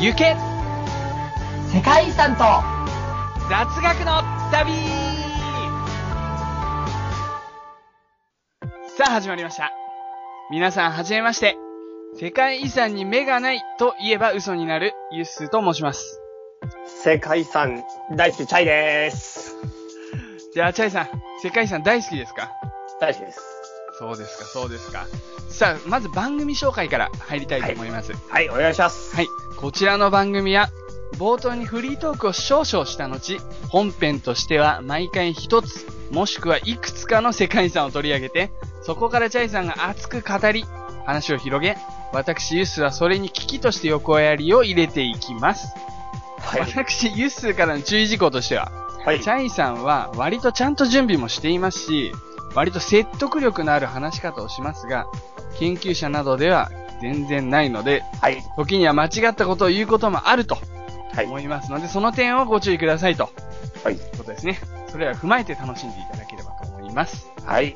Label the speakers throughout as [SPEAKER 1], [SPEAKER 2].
[SPEAKER 1] 行け
[SPEAKER 2] 世界遺産と
[SPEAKER 1] 雑学の旅さあ始まりました。皆さんはじめまして。世界遺産に目がないと言えば嘘になるユッスーと申します。
[SPEAKER 3] 世界遺産大好きチャイです。
[SPEAKER 1] じゃあ、チャイさん、世界遺産大好きですか
[SPEAKER 3] 大好きです。
[SPEAKER 1] そうですか、そうですか。さあ、まず番組紹介から入りたいと思います。
[SPEAKER 3] はい、お願いします。
[SPEAKER 1] はい。こちらの番組は、冒頭にフリートークを少々した後、本編としては毎回一つ、もしくはいくつかの世界遺産を取り上げて、そこからチャイさんが熱く語り、話を広げ、私ユッスーはそれに危機として横やりを入れていきます。
[SPEAKER 3] はい。
[SPEAKER 1] 私ユッスーからの注意事項としては、
[SPEAKER 3] はい。
[SPEAKER 1] チャイさんは割とちゃんと準備もしていますし、割と説得力のある話し方をしますが、研究者などでは全然ないので、
[SPEAKER 3] はい。
[SPEAKER 1] 時には間違ったことを言うこともあると
[SPEAKER 3] はい。
[SPEAKER 1] 思いますので、その点をご注意くださいと
[SPEAKER 3] はい。
[SPEAKER 1] いうことですね。それらを踏まえて楽しんでいただければと思います。
[SPEAKER 3] はい。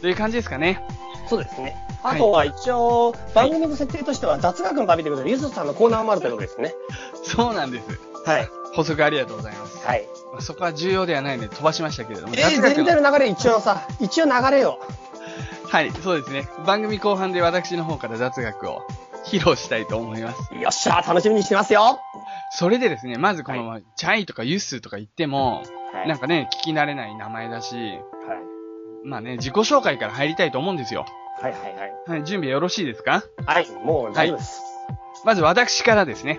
[SPEAKER 1] という感じですかね。
[SPEAKER 3] そうですね。
[SPEAKER 1] はい
[SPEAKER 3] あとは一応、番組の設定としては雑学の旅ということで、ゆずさんのコーナーもあるということですね。
[SPEAKER 1] そうなんです。
[SPEAKER 3] はい。
[SPEAKER 1] 補足ありがとうございます。
[SPEAKER 3] はい。
[SPEAKER 1] まあそこは重要ではないので飛ばしましたけれども、
[SPEAKER 3] えー、全体の流れ一応さ、一応流れを。
[SPEAKER 1] はい、そうですね。番組後半で私の方から雑学を披露したいと思います。
[SPEAKER 3] よっしゃー、楽しみにしてますよ。
[SPEAKER 1] それでですね、まずこの、チャイとかユッスーとか言っても、
[SPEAKER 3] はい。
[SPEAKER 1] なんかね、聞き慣れない名前だし、
[SPEAKER 3] はい。
[SPEAKER 1] まあね、自己紹介から入りたいと思うんですよ。
[SPEAKER 3] はいはいは
[SPEAKER 1] は
[SPEAKER 3] い。
[SPEAKER 1] い、準備よろしいですか
[SPEAKER 3] はい、もう大丈夫です。
[SPEAKER 1] まず私からですね。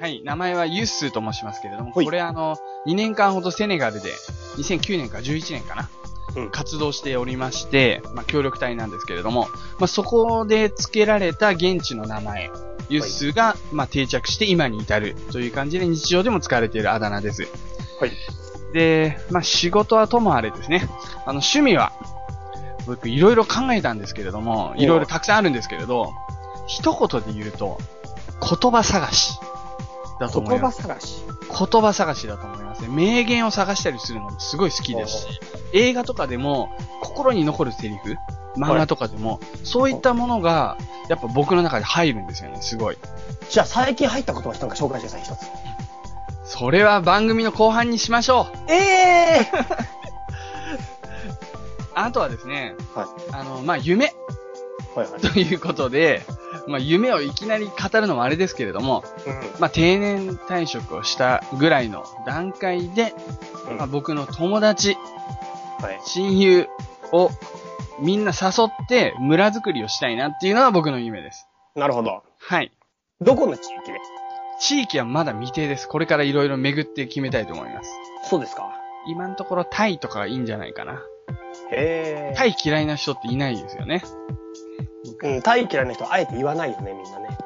[SPEAKER 3] はい。
[SPEAKER 1] はい、名前はユッスーと申しますけれども、
[SPEAKER 3] ほい
[SPEAKER 1] これあの、2年間ほどセネガルで、2009年から11年かな、
[SPEAKER 3] うん
[SPEAKER 1] 活動しておりまして、まあ、協力隊なんですけれども、まあ、そこで付けられた現地の名前、ユッスーが、まあ、定着して今に至るという感じで日常でも使われているあだ名です。
[SPEAKER 3] はい。
[SPEAKER 1] で、まあ、仕事はともあれですね。あの、趣味は、僕いろいろ考えたんですけれども、
[SPEAKER 3] お
[SPEAKER 1] いろいろたくさんあるんですけれど、一言で言うと、言葉探しだと思い
[SPEAKER 3] 言
[SPEAKER 1] ま
[SPEAKER 3] 葉
[SPEAKER 1] す。
[SPEAKER 3] 探し。
[SPEAKER 1] 言葉探しだと思いますね。名言を探したりするのもすごい好きですし、映画とかでも心に残るセリフ、漫画とかでも、そういったものが、やっぱ僕の中で入るんですよね、すごい。
[SPEAKER 3] じゃあ最近入った言葉なんか紹介してください、一つ。
[SPEAKER 1] それは番組の後半にしましょう
[SPEAKER 3] ええー
[SPEAKER 1] あとはですね、
[SPEAKER 3] はい
[SPEAKER 1] あの、まあ、夢
[SPEAKER 3] はいはい。
[SPEAKER 1] ということで、まあ、夢をいきなり語るのもあれですけれども、
[SPEAKER 3] うん
[SPEAKER 1] まあ、定年退職をしたぐらいの段階で、
[SPEAKER 3] うん
[SPEAKER 1] まあ、僕の友達、
[SPEAKER 3] はい。
[SPEAKER 1] 親友をみんな誘って村づくりをしたいなっていうのが僕の夢です。
[SPEAKER 3] なるほど。
[SPEAKER 1] はい。
[SPEAKER 3] どこの地域で
[SPEAKER 1] 地域はまだ未定です。これからいろいろ巡って決めたいと思います。
[SPEAKER 3] そうですか。
[SPEAKER 1] 今のところタイとかがいいんじゃないかな。
[SPEAKER 3] へえ。
[SPEAKER 1] タイ嫌いな人っていないですよね。
[SPEAKER 3] うん、タイ嫌いな人、あえて言わないよね、みんな ね。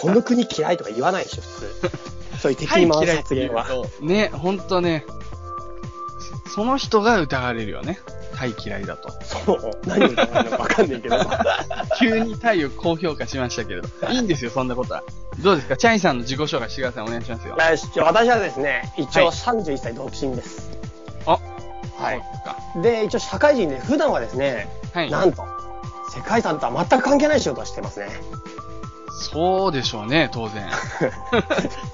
[SPEAKER 3] この国嫌いとか言わないでしょ、普通。そういう敵
[SPEAKER 1] タイ
[SPEAKER 3] に回
[SPEAKER 1] 嫌いっ
[SPEAKER 3] す
[SPEAKER 1] て
[SPEAKER 3] 発
[SPEAKER 1] 言
[SPEAKER 3] 言は。
[SPEAKER 1] うと、ね、ほんとね、そその人が疑われるよね。タイ嫌いだと。
[SPEAKER 3] そう。何を言ってるのかわかんな いけど。
[SPEAKER 1] 急にタイを高評価しましたけれど。いいんですよ、そんなことは。どうですかチャイさんの自己紹介してください。お願いしますよ。
[SPEAKER 3] よしじゃあ私はですね、一
[SPEAKER 1] は
[SPEAKER 3] 応
[SPEAKER 1] い
[SPEAKER 3] 31歳独身です。
[SPEAKER 1] あ
[SPEAKER 3] はい
[SPEAKER 1] そ。うですか
[SPEAKER 3] で、一応社会人で、普段はですね、
[SPEAKER 1] はい。
[SPEAKER 3] なんと、世界遺産とは全く関係ない仕事をしてますね。
[SPEAKER 1] そうでしょうね、当然。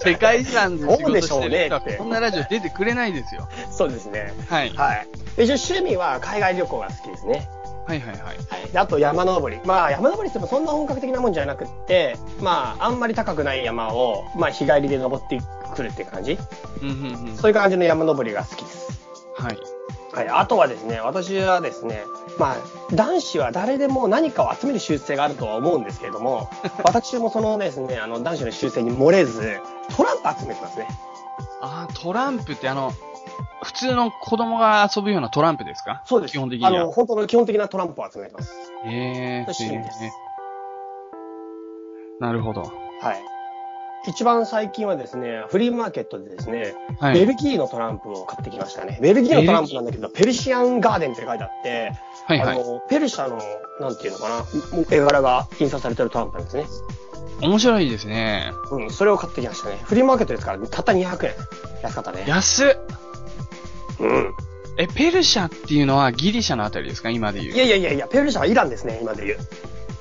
[SPEAKER 1] 世界遺産で仕
[SPEAKER 3] そう
[SPEAKER 1] 事
[SPEAKER 3] でし
[SPEAKER 1] し
[SPEAKER 3] ょ
[SPEAKER 1] て
[SPEAKER 3] う
[SPEAKER 1] る
[SPEAKER 3] ね
[SPEAKER 1] 人は
[SPEAKER 3] って
[SPEAKER 1] こんなラジオ出てくれないですよ。
[SPEAKER 3] そうですね。
[SPEAKER 1] はい。は
[SPEAKER 3] はい。で一応趣味は海外旅行が好きですね。
[SPEAKER 1] いはいはい。
[SPEAKER 3] はい、であと山登り。まあ山登りって言ってもそんな本格的なもんじゃなくって、まああんまり高くない山を、まあ日帰りで登ってくるっていう感じ。
[SPEAKER 1] うんうんうん。
[SPEAKER 3] そういう感じの山登りが好きです。
[SPEAKER 1] はい。
[SPEAKER 3] はい、あとはですね、私はですね、まあ男子は誰でも何かを集める習性があるとは思うんですけれど も、私もそのですね、あの男子の習性に漏れず、トランプ集めてますね。
[SPEAKER 1] あー、トランプってあの、普通の子供が遊ぶようなトランプですか
[SPEAKER 3] そうです。
[SPEAKER 1] 基本的に
[SPEAKER 3] あの、
[SPEAKER 1] は。
[SPEAKER 3] 本当の基本的なトランプを集めてます。
[SPEAKER 1] へえ。
[SPEAKER 3] 趣味です
[SPEAKER 1] へーなるほど。
[SPEAKER 3] はい。一番最近はですね、フリーマーケットでですね、
[SPEAKER 1] は
[SPEAKER 3] ベ
[SPEAKER 1] い。
[SPEAKER 3] ルギーのトランプを買ってきましたね。ベルギーのトランプなんだけど、ペルシアンガーデンって書いてあって、
[SPEAKER 1] はいは
[SPEAKER 3] あ
[SPEAKER 1] い。
[SPEAKER 3] の、ペルシャの、なんていうのかな、絵柄が印刷されてるトランプなんですね。
[SPEAKER 1] 面白いですね。
[SPEAKER 3] うん、それを買ってきましたね。フリーマーケットですから、たった200円。安かったね。
[SPEAKER 1] 安っ
[SPEAKER 3] うん。
[SPEAKER 1] え、ペルシャっていうのはギリシャのあたりですか今で
[SPEAKER 3] い
[SPEAKER 1] 言う。
[SPEAKER 3] やいやいやいや、ペルシャはイランですね、今で言う。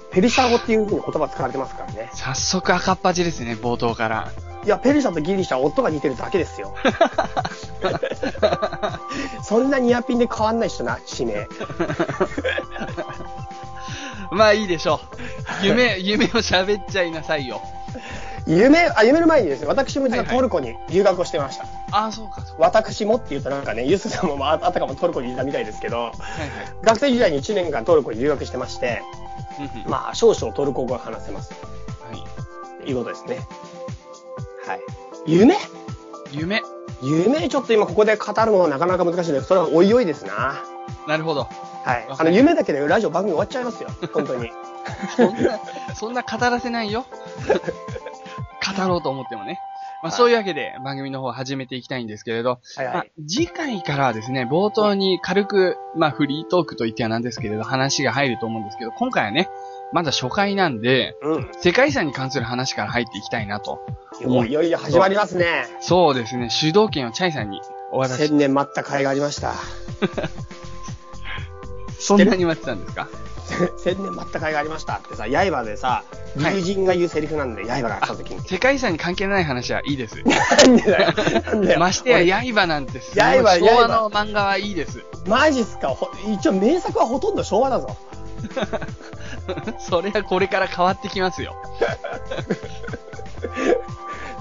[SPEAKER 3] ペルシャ語っていうふうに言葉使われてますからね。
[SPEAKER 1] 早速赤っ端ですね、冒頭から。
[SPEAKER 3] いや、ペルシャとギリシャは音が似てるだけで すよ。そんなニアピンで変わんないっしょな、地名。
[SPEAKER 1] まあいいでしょう。夢、夢を喋っちゃいなさいよ。
[SPEAKER 3] 夢、あ、夢の前にですね、私も実は
[SPEAKER 1] はいはい
[SPEAKER 3] トルコに留学をしてました。
[SPEAKER 1] ああ、そうか、そうか。
[SPEAKER 3] 私もって言うとなんかね、ユースさんもまああたかもトルコにいたみたいですけど、
[SPEAKER 1] はいはい
[SPEAKER 3] 学生時代に1年間トルコに留学してまして、
[SPEAKER 1] うんうん。
[SPEAKER 3] まあ少々トルコ語が話せます。
[SPEAKER 1] はい
[SPEAKER 3] ということですね。はい。夢
[SPEAKER 1] 夢。
[SPEAKER 3] 夢ちょっと今ここで語るのはなかなか難しいです。それはおいおいですな。
[SPEAKER 1] なるほど。
[SPEAKER 3] はい。
[SPEAKER 1] わ
[SPEAKER 3] あ
[SPEAKER 1] かりました
[SPEAKER 3] の、夢だけでラジオ番組終わっちゃいますよ。本 当に。
[SPEAKER 1] そんな、 そんな語らせないよ。語ろうと思ってもね。まあ、
[SPEAKER 3] はい
[SPEAKER 1] そういうわけで番組の方を始めていきたいんですけれど、
[SPEAKER 3] はい
[SPEAKER 1] ま
[SPEAKER 3] は
[SPEAKER 1] あ
[SPEAKER 3] い。、
[SPEAKER 1] 次回からはですね、冒頭に軽く、まあ、フリートークと言ってはなんですけれど、話が入ると思うんですけど、今回はね、まだ初回なんで、
[SPEAKER 3] うん。
[SPEAKER 1] 世界遺産に関する話から入っていきたいなと。
[SPEAKER 3] もういよいよ始まりますね。
[SPEAKER 1] そうですね、主導権をチャイさんにお渡 し、
[SPEAKER 3] 千年待った甲斐がありました。
[SPEAKER 1] そんなに待ってたんですか
[SPEAKER 3] 千年待った甲斐がありましたってさ、刃でさ、友人が言うセリフなんで、刃が来た時に。
[SPEAKER 1] 世界遺産に関係ない話はいいです。
[SPEAKER 3] なんでだよ。なんだよ。
[SPEAKER 1] ましてや、刃なんてすごい、
[SPEAKER 3] 刃刃
[SPEAKER 1] 昭和の漫画はいいです。
[SPEAKER 3] 俺マジっすか。ほ一応名作はほとんど昭和だぞ。
[SPEAKER 1] それはこれから変わってきますよ。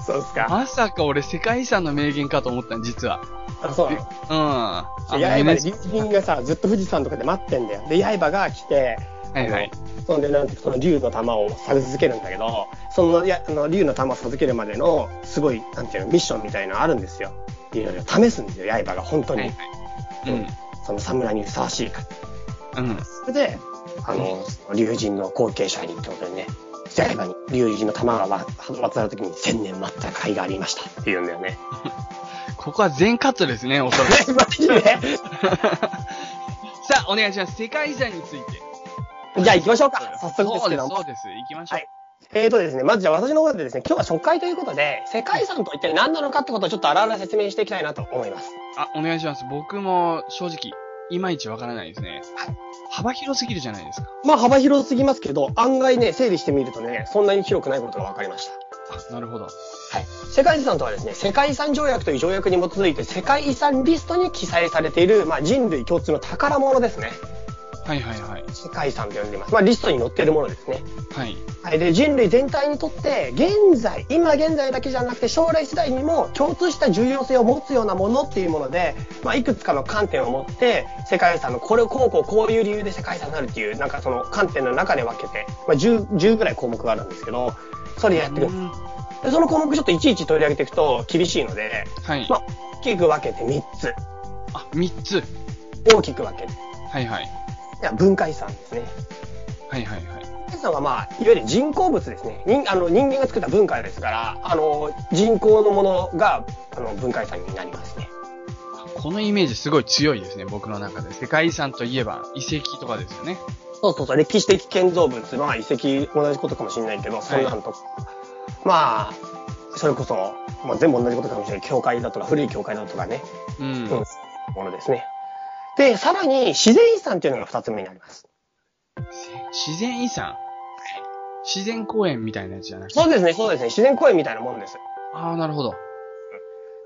[SPEAKER 3] そうっすか。
[SPEAKER 1] まさか俺世界遺産の名言かと思ったの、実は。
[SPEAKER 3] あ、そうなの。
[SPEAKER 1] うん。あ
[SPEAKER 3] 刃
[SPEAKER 1] のユ
[SPEAKER 3] で
[SPEAKER 1] ネス
[SPEAKER 3] 友人がさ、ずっと富士山とかで待ってんだよ。で、刃が来て、
[SPEAKER 1] はいはい。
[SPEAKER 3] そんで、なんて、その竜の玉を授けるんだけど、その、いや、あの、竜の玉を授けるまでの、すごい、なんていうの、ミッションみたいなのあるんですよ。いろいろ試すんですよ、刃が、本当
[SPEAKER 1] はい
[SPEAKER 3] に。
[SPEAKER 1] はい。
[SPEAKER 3] その侍にふさわしいか。
[SPEAKER 1] うん。うん。
[SPEAKER 3] それで、あの、その竜神の後継者にってことでね、刃に竜神の玉がわ渡るときに千年待った甲斐がありましたっていうんだよ ね。
[SPEAKER 1] ここは全カットですね、おそ らく。
[SPEAKER 3] マジで
[SPEAKER 1] さあ、お願いします。世界遺産について。
[SPEAKER 3] じゃあ行きましょうか。早速ですけど
[SPEAKER 1] そ
[SPEAKER 3] も
[SPEAKER 1] う。です、そうです。行きましょう。
[SPEAKER 3] はいえーとですね、まずじゃあ私の方でですね、今日は初回ということで、世界遺産と一体何なのかってことをちょっとあらあら説明していきたいなと思います。
[SPEAKER 1] あ、お願いします。僕も正直、いまいちわからないですね。
[SPEAKER 3] はい
[SPEAKER 1] 幅広すぎるじゃないですか。
[SPEAKER 3] まあ幅広すぎますけど、案外ね、整理してみるとね、そんなに広くないことが分かりました。
[SPEAKER 1] あ、なるほど。
[SPEAKER 3] はい。世界遺産とはですね、世界遺産条約という条約に基づいて世界遺産リストに記載されている、まあ人類共通の宝物ですね。
[SPEAKER 1] はいはいはい。
[SPEAKER 3] 世界遺産と呼んでいます。まあリストに載っているものですね。
[SPEAKER 1] はい。
[SPEAKER 3] はい。で、人類全体にとって、現在、今現在だけじゃなくて将来世代にも共通した重要性を持つようなものっていうもので、まあいくつかの観点を持って、世界遺産のこれをこうこうこういう理由で世界遺産になるっていう、なんかその観点の中で分けて、まあ 10, 10ぐらい項目があるんですけど、それやっていくんです。
[SPEAKER 1] うん
[SPEAKER 3] でその項目ちょっといちいち取り上げていくと厳しいので、
[SPEAKER 1] はい
[SPEAKER 3] ま。あ、大きく分けて3つ。
[SPEAKER 1] あ、三つ。
[SPEAKER 3] 大きく分けて。い
[SPEAKER 1] はいはい。
[SPEAKER 3] や文化遺産ですね。
[SPEAKER 1] はいはいはい。
[SPEAKER 3] 文化遺産はまあ、いわゆる人工物ですね。人あの人間が作った文化ですから、あの、人工のものが、あの、文化遺産になりますね。
[SPEAKER 1] このイメージすごい強いですね、僕の中で。世界遺産といえば遺跡とかですよね。
[SPEAKER 3] そうそうそう、歴史的建造物、まあ遺跡も同じことかもしれないけど、そんなんとか。まあ、それこそ、まあ全部同じことかもしれない。教会だとか、古い教会だとかね。
[SPEAKER 1] うん。
[SPEAKER 3] うん。ものですね。で、さらに自然遺産っていうのが2つ目になります。
[SPEAKER 1] 自然遺産自然公園みたいなやつじゃなくて。
[SPEAKER 3] そうですね、そうですね。自然公園みたいなもんです。
[SPEAKER 1] ああ、なるほど。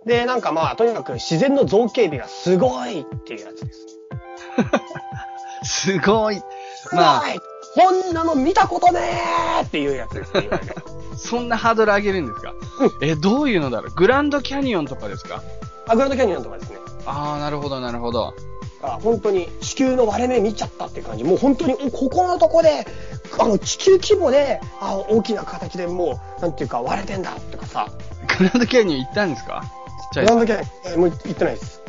[SPEAKER 3] で、なんかまあ、とにかく自然の造形美がすごいっていうやつです。
[SPEAKER 1] すごい。
[SPEAKER 3] すごい、
[SPEAKER 1] まあ
[SPEAKER 3] こんなの見たことねーっていうやつですね。 いわゆる
[SPEAKER 1] そんなハードル上げるんですかえ、どういうのだろうグランドキャニオンとかですか
[SPEAKER 3] アグランドキャニオンとかですね。
[SPEAKER 1] ああ、なるほど、なるほど。
[SPEAKER 3] あ本当に地球の割れ目見ちゃったっていう感じ。もう本当に、おここのとこで、あの、地球規模で、あ大きな形でもう、なんていうか割れてんだとかさ。
[SPEAKER 1] グランドキャニオン行ったんですかじ
[SPEAKER 3] グ
[SPEAKER 1] ゃ
[SPEAKER 3] ランドキャニオン、えもう行ってないです。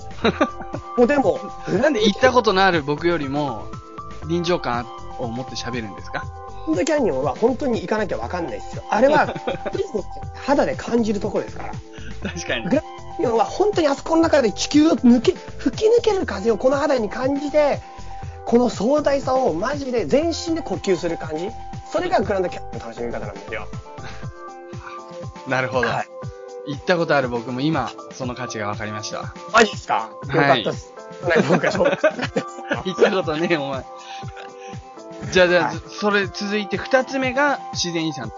[SPEAKER 3] もうでも、
[SPEAKER 1] あ、なんで行ったことのある僕よりも臨場感を持って喋るんですか
[SPEAKER 3] グランドキャニオンは本当に行かなきゃわかんないですよ。あれ は、肌で感じるところですから。
[SPEAKER 1] 確かに
[SPEAKER 3] グランドは本当にあそこの中で地球を抜け吹き抜ける風をこの肌に感じてこの壮大さをマジで全身で呼吸する感じそれがグランドキャニオンの楽しみ方なんですよ、
[SPEAKER 1] なるほど。
[SPEAKER 3] はい
[SPEAKER 1] 行ったことある僕も今、その価値が分かりました。
[SPEAKER 3] マジですかよかったです、はい、僕が紹介したんです
[SPEAKER 1] 行ったことねえ、お 前。じゃあ、じゃあ、
[SPEAKER 3] はい
[SPEAKER 1] それ続いて二つ目が自然遺産と。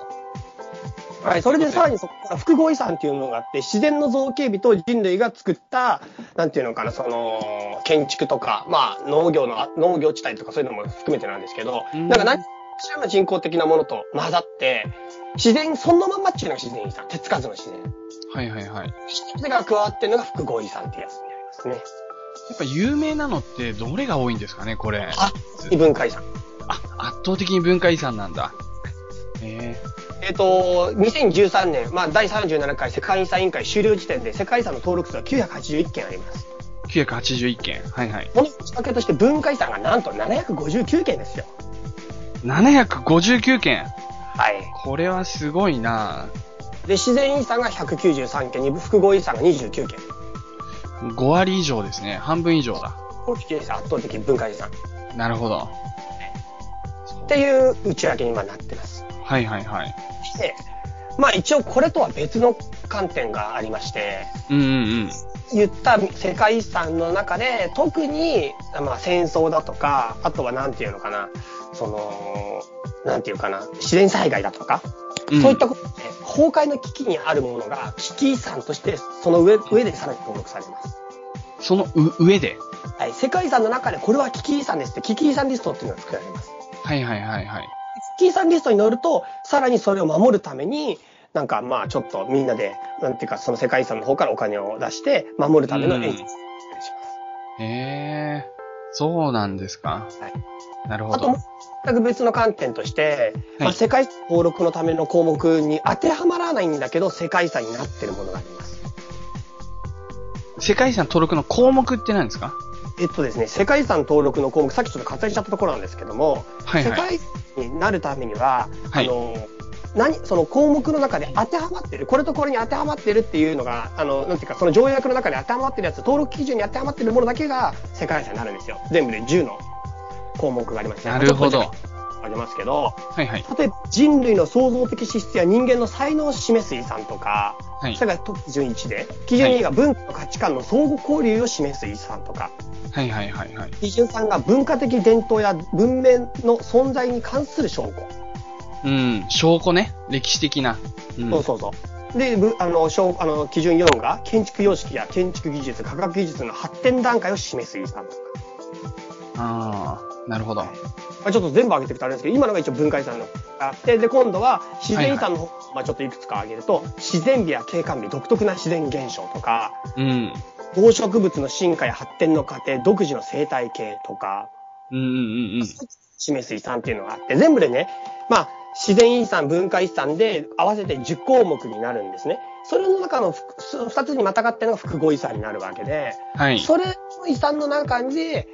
[SPEAKER 3] はい、それでさらにそこから複合遺産っていうのがあって、自然の造形美と人類が作った、なんていうのかな、その、建築とか、まあ、農業の、農業地帯とかそういうのも含めてなんですけど、
[SPEAKER 1] うん
[SPEAKER 3] なんか何かしらの人工的なものと混ざって、自然そのまんまっていうのが自然遺産、手つかずの自然。
[SPEAKER 1] はいはいはい。や
[SPEAKER 3] それが加わってるのが複合遺産ってやつになりますね。
[SPEAKER 1] っぱ有名なのってどれが多いんですかね、これ。
[SPEAKER 3] あ、異文化遺産。
[SPEAKER 1] あ、圧倒的に文化遺産なんだ。え
[SPEAKER 3] えっ、と、2013年、まあ、第37回世界遺産委員会終了時点で、世界遺産の登録数は981件あります。
[SPEAKER 1] えー、981件。はいはい。
[SPEAKER 3] この仕掛けとして文化遺産がなんと759件ですよ。
[SPEAKER 1] 759件。
[SPEAKER 3] はい。
[SPEAKER 1] これはすごいな
[SPEAKER 3] で、自然遺産が193件に、複合遺産が29件。
[SPEAKER 1] 5割以上ですね。半分以上だ。
[SPEAKER 3] 大きいです圧倒的文化遺産。っ
[SPEAKER 1] なるほど。
[SPEAKER 3] ていう内訳に今なってます。
[SPEAKER 1] はいはいはい。
[SPEAKER 3] で、まあ一応これとは別の観点がありまして、
[SPEAKER 1] うんうん
[SPEAKER 3] 言った世界遺産の中で特に、まあ、戦争だとかあとはなんていうのかなそのなんていうかな自然災害だとか、
[SPEAKER 1] うん。
[SPEAKER 3] そういったことで崩壊の危機にあるものが危機遺産としてその上上でさらに登録されます、
[SPEAKER 1] そのう上で。
[SPEAKER 3] はい、世界遺産の中でこれは危機遺産ですって危機遺産リストっていうのが作られます
[SPEAKER 1] はいはいはいはい。
[SPEAKER 3] 危機遺産リストに載るとさらにそれを守るためになんかまあちょっとみんなでなんていうかその世界遺産の方からお金を出して守るための演出をします、
[SPEAKER 1] ええそうなんですか。
[SPEAKER 3] はい
[SPEAKER 1] なるほ
[SPEAKER 3] あと
[SPEAKER 1] ど。
[SPEAKER 3] 全く別の観点として、ま
[SPEAKER 1] は
[SPEAKER 3] あ、
[SPEAKER 1] い
[SPEAKER 3] 世界遺産登録のための項目に当てはまらないんだけど世界遺産になってるものがあります。
[SPEAKER 1] 世界遺産登録の項目って何ですか
[SPEAKER 3] えっとですね、世界遺産登録の項目、さっきちょっと割愛しちゃったところなんですけども、
[SPEAKER 1] はい
[SPEAKER 3] 世
[SPEAKER 1] はい。
[SPEAKER 3] 界遺産になるためには、
[SPEAKER 1] はい
[SPEAKER 3] あの何その項目の中で当てはまってる、これとこれに当てはまってるっていうのが、あのなんていうか、その条約の中で当てはまってるやつ、登録基準に当てはまってるものだけが世界遺産になるんですよ。全部で10の項目がありまして、
[SPEAKER 1] なるほど。
[SPEAKER 3] ありますけど、
[SPEAKER 1] はいはい。
[SPEAKER 3] 例えば人類の創造的資質や人間の才能を示す遺産とか、
[SPEAKER 1] はい
[SPEAKER 3] そ。れがトップ基準1で、基準2が文化の価値観の相互交流を示す遺産とか、
[SPEAKER 1] はいはいはいはい。
[SPEAKER 3] 基準3が文化的伝統や文明の存在に関する証拠。
[SPEAKER 1] うん。証拠ね。歴史的な。うん。
[SPEAKER 3] そうそうそう。で、ぶあの、証あの基準4が建築様式や建築技術、科学技術の発展段階を示す遺産とか。
[SPEAKER 1] ああ、なるほど。
[SPEAKER 3] まあ、ちょっと全部挙げていくとあれですけど、今のが一応文化遺産のがあって、で、今度は自然遺産の方、まあちょっといくつか挙げると、自然美や景観美、独特な自然現象とか、
[SPEAKER 1] うん。
[SPEAKER 3] 動植物の進化や発展の過程、独自の生態系とか、
[SPEAKER 1] うんうんうんうん。
[SPEAKER 3] 示す遺産っていうのがあって、全部でね、まあ、自然遺産、文化遺産で合わせて10項目になるんですね。それの中の2つにまたがってるのが複合遺産になるわけで、
[SPEAKER 1] はい。
[SPEAKER 3] それの遺産の中で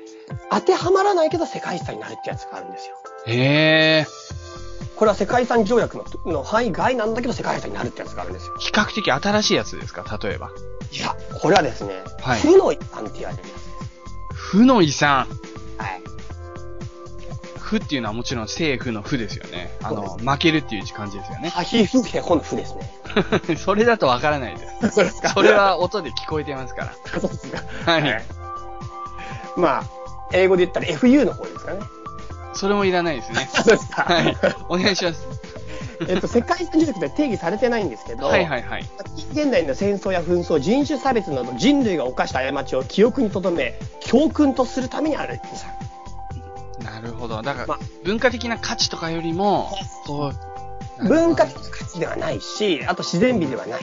[SPEAKER 3] 当てはまらないけど世界遺産になるってやつがあるんですよ。
[SPEAKER 1] へえ。
[SPEAKER 3] これは世界遺産条約のの範囲外なんだけど世界遺産になるってやつがあるんですよ。
[SPEAKER 1] 比較的新しいやつですか例えば。
[SPEAKER 3] いや、これはですね、
[SPEAKER 1] はい
[SPEAKER 3] 負の遺産って言われるや
[SPEAKER 1] 負の遺産。
[SPEAKER 3] つ。はい。
[SPEAKER 1] 負っていうのはもちろん政府の負ですよね。あ
[SPEAKER 3] そ
[SPEAKER 1] の、
[SPEAKER 3] う
[SPEAKER 1] 負けるっていう字感じですよね。
[SPEAKER 3] ハヒフヘホの 負ですね。
[SPEAKER 1] それだとわからないです。
[SPEAKER 3] そうですか
[SPEAKER 1] それは音で聞こえてますから。
[SPEAKER 3] そうですか。
[SPEAKER 1] はい。
[SPEAKER 3] まあ、英語で言ったら FU の方です かね。
[SPEAKER 1] それもいらないですね。
[SPEAKER 3] そうですか
[SPEAKER 1] はい。お願いします。
[SPEAKER 3] えっと、世界遺産条約では定義されてないんですけど、
[SPEAKER 1] はいはいはい。
[SPEAKER 3] 現代の戦争や紛争、人種差別など人類が犯した過ちを記憶に留め、教訓とするためにある遺産。
[SPEAKER 1] なるほど。だから
[SPEAKER 3] ま、
[SPEAKER 1] 文化的な価値とかよりも、そう。
[SPEAKER 3] 文化的価値ではないし、あと自然美ではない。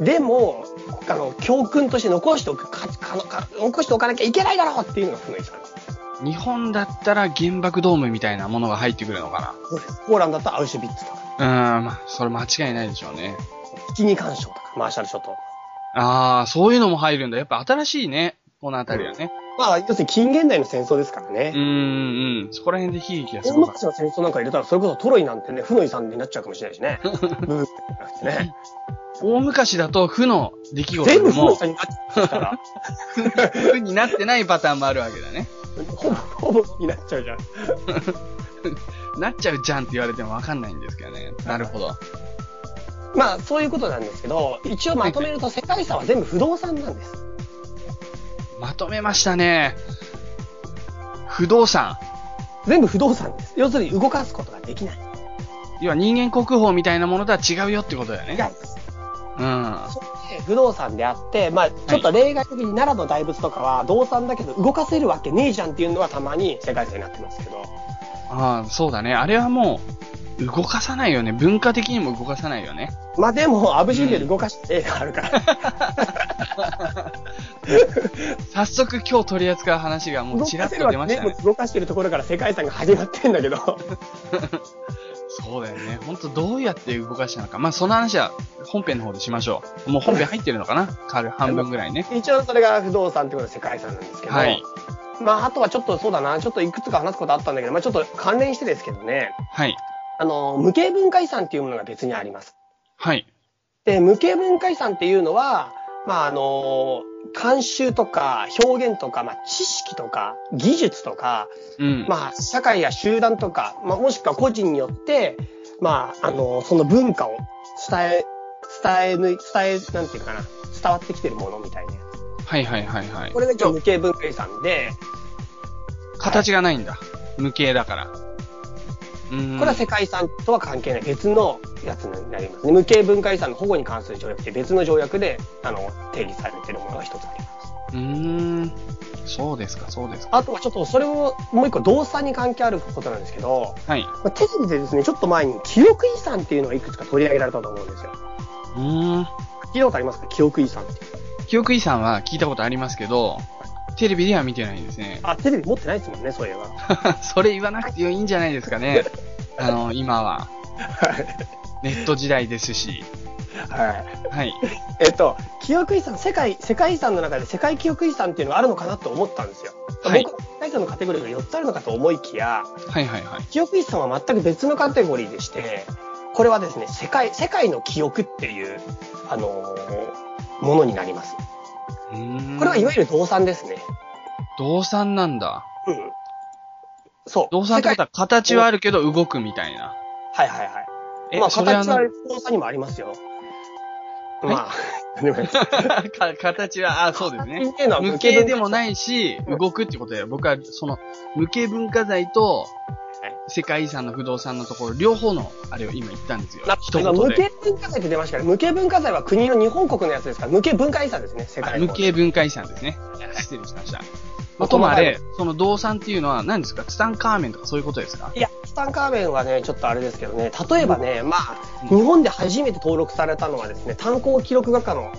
[SPEAKER 3] でも、あの、教訓として残しておく価値、かのか残しておかなきゃいけないだろうっていうのが負の遺産です。
[SPEAKER 1] 日本だったら原爆ドームみたいなものが入ってくるのか
[SPEAKER 3] そうですポーランドだったらアウシュビッツとか、
[SPEAKER 1] な。うーん、まあ、それ間違いないでしょうね。
[SPEAKER 3] 一二干渉とか、マーシャル諸島。
[SPEAKER 1] ああ、そういうのも入るんだ。やっぱ新しいね。このあたりはね。
[SPEAKER 3] まあ、要するに近現代の戦争ですからね。
[SPEAKER 1] うーん、うん。そこら辺で悲劇がす
[SPEAKER 3] 大
[SPEAKER 1] ごかっ
[SPEAKER 3] 昔の戦争なんか入れたら、それこそトロイなんてね、負の遺産になっちゃうかもしれないし ね。ブ ーってなってね。
[SPEAKER 1] た。大昔だと負の出来事で
[SPEAKER 3] 全部負の遺
[SPEAKER 1] も、
[SPEAKER 3] 産になっちゃうから、
[SPEAKER 1] 負になってないパターンもあるわけだね。
[SPEAKER 3] ほぼ、ほぼになっちゃうじゃん。
[SPEAKER 1] なっちゃうじゃんって言われてもわかんないんですけどね。なるほど。
[SPEAKER 3] まあ、そういうことなんですけど、一応まとめると世界遺産は全部不動産なんです。
[SPEAKER 1] まとめましたね。不動産。
[SPEAKER 3] 全部不動産です。要するに動かすことができない。
[SPEAKER 1] 要は人間国宝みたいなものとは違うよってことだよ
[SPEAKER 3] い
[SPEAKER 1] ね。
[SPEAKER 3] や
[SPEAKER 1] うん。
[SPEAKER 3] それで武道さんであって、まあ、ちょっと例外的に奈良の大仏とかは動産だけど動かせるわけねえじゃんっていうのはたまに世界線になってますけど。
[SPEAKER 1] ああ、そうだね。あれはもう、動かさないよね。文化的にも動かさないよ ね。
[SPEAKER 3] まあでも、アブジュリオで動かして絵があるから。
[SPEAKER 1] 早速今日取り扱う話が もう
[SPEAKER 3] 動
[SPEAKER 1] ちら
[SPEAKER 3] か
[SPEAKER 1] っ
[SPEAKER 3] せる
[SPEAKER 1] と
[SPEAKER 3] わ
[SPEAKER 1] 出
[SPEAKER 3] け
[SPEAKER 1] ました
[SPEAKER 3] ねえも
[SPEAKER 1] ね
[SPEAKER 3] ん。動かしてるところから世界遺産が始まってんだけど。
[SPEAKER 1] そうだよね。ほんとどうやって動かしたのか。まあその話は本編の方でしましょう。もう本編入ってるのかな軽い半分ぐらいね。
[SPEAKER 3] 一応それが不動産ってことで世界遺産なんですけど。
[SPEAKER 1] はい
[SPEAKER 3] まああとはちょっとそうだな、ちょっといくつか話すことあったんだけど、まあちょっと関連してですけどね、
[SPEAKER 1] はい。
[SPEAKER 3] あの、無形文化遺産っていうものが別にあります。
[SPEAKER 1] はい。
[SPEAKER 3] で、無形文化遺産っていうのは、まああの、慣習とか表現とか、まあ知識とか技術とか、
[SPEAKER 1] うん。
[SPEAKER 3] まあ、社会や集団とか、まあ、もしくは個人によって、まあ、あの、その文化を伝え、伝えぬい、伝え、なんていうかな、伝わってきてるものみたいなやつ。
[SPEAKER 1] はいはいはいはい
[SPEAKER 3] こ。れが一応無形文化遺産で、
[SPEAKER 1] 形がないんだ。無形だから。うん。
[SPEAKER 3] これは世界遺産とは関係ない別のやつになりますね。無形文化遺産の保護に関する条約って別の条約で、あの、定義されてるものが一つありま
[SPEAKER 1] う
[SPEAKER 3] す。
[SPEAKER 1] ーん。そうですか、そうですか。
[SPEAKER 3] あとはちょっと、それをもう一個動産に関係あることなんですけど、
[SPEAKER 1] はい。
[SPEAKER 3] まあテレビでですね、ちょっと前に記憶遺産っていうのがいくつか取り上げられたと思うんですよ。
[SPEAKER 1] うーん。
[SPEAKER 3] 聞いたことありますか記憶遺産って。
[SPEAKER 1] 記憶遺産は聞いたことありますけど、テレビでは見てないですね。
[SPEAKER 3] あ、テレビ持ってないですもんね、そういえば。
[SPEAKER 1] それ言わなくていいんじゃないですかね。あの、今は。ネット時代ですし。
[SPEAKER 3] はい。
[SPEAKER 1] はい。
[SPEAKER 3] えっと、記憶遺産、世界、世界遺産の中で世界記憶遺産っていうのがあるのかなと思ったんですよ。
[SPEAKER 1] はい
[SPEAKER 3] 僕は世界遺産のカテゴリーが4つあるのかと思いきや、
[SPEAKER 1] はいはいはい。
[SPEAKER 3] 記憶遺産は全く別のカテゴリーでして、これはですね、世界、世界の記憶っていう、あのーものになります。
[SPEAKER 1] うーん。
[SPEAKER 3] これはいわゆる動産ですね。
[SPEAKER 1] 動産なんだ。
[SPEAKER 3] うん。そう。
[SPEAKER 1] 動産ってこと
[SPEAKER 3] 世
[SPEAKER 1] は形はあるけど動くみたいな。
[SPEAKER 3] 界はいはいはい。
[SPEAKER 1] え、
[SPEAKER 3] まあ、
[SPEAKER 1] それは
[SPEAKER 3] 形は
[SPEAKER 1] な、
[SPEAKER 3] 動産にもありますよ。
[SPEAKER 1] え
[SPEAKER 3] ま あ、でもね、
[SPEAKER 1] か形は、あ、そうですね。
[SPEAKER 3] っていうのは
[SPEAKER 1] 無形でも
[SPEAKER 3] い。
[SPEAKER 1] ないし、
[SPEAKER 3] うん
[SPEAKER 1] 動くってことで、僕はその、無形文化財と
[SPEAKER 3] はい、
[SPEAKER 1] 世界遺産の不動産のところ、両方の、あれを今言ったんですよ
[SPEAKER 3] な。
[SPEAKER 1] 一
[SPEAKER 3] 今
[SPEAKER 1] 言
[SPEAKER 3] 無
[SPEAKER 1] で。
[SPEAKER 3] 形文化財って出ましたから、無形文化財は国の日本国のやつですから、無形文化遺産ですね、世
[SPEAKER 1] あ
[SPEAKER 3] 界の
[SPEAKER 1] 無形文化遺産ですね。失礼しました。まあ、ともあれ、その動産っていうのは何ですかツタンカーメンとかそういうことですか
[SPEAKER 3] いや、ツタンカーメンはね、ちょっとあれですけどね、例えばね、まあ、
[SPEAKER 1] うん
[SPEAKER 3] 日本で初めて登録されたのはですね、炭鉱記録画家の、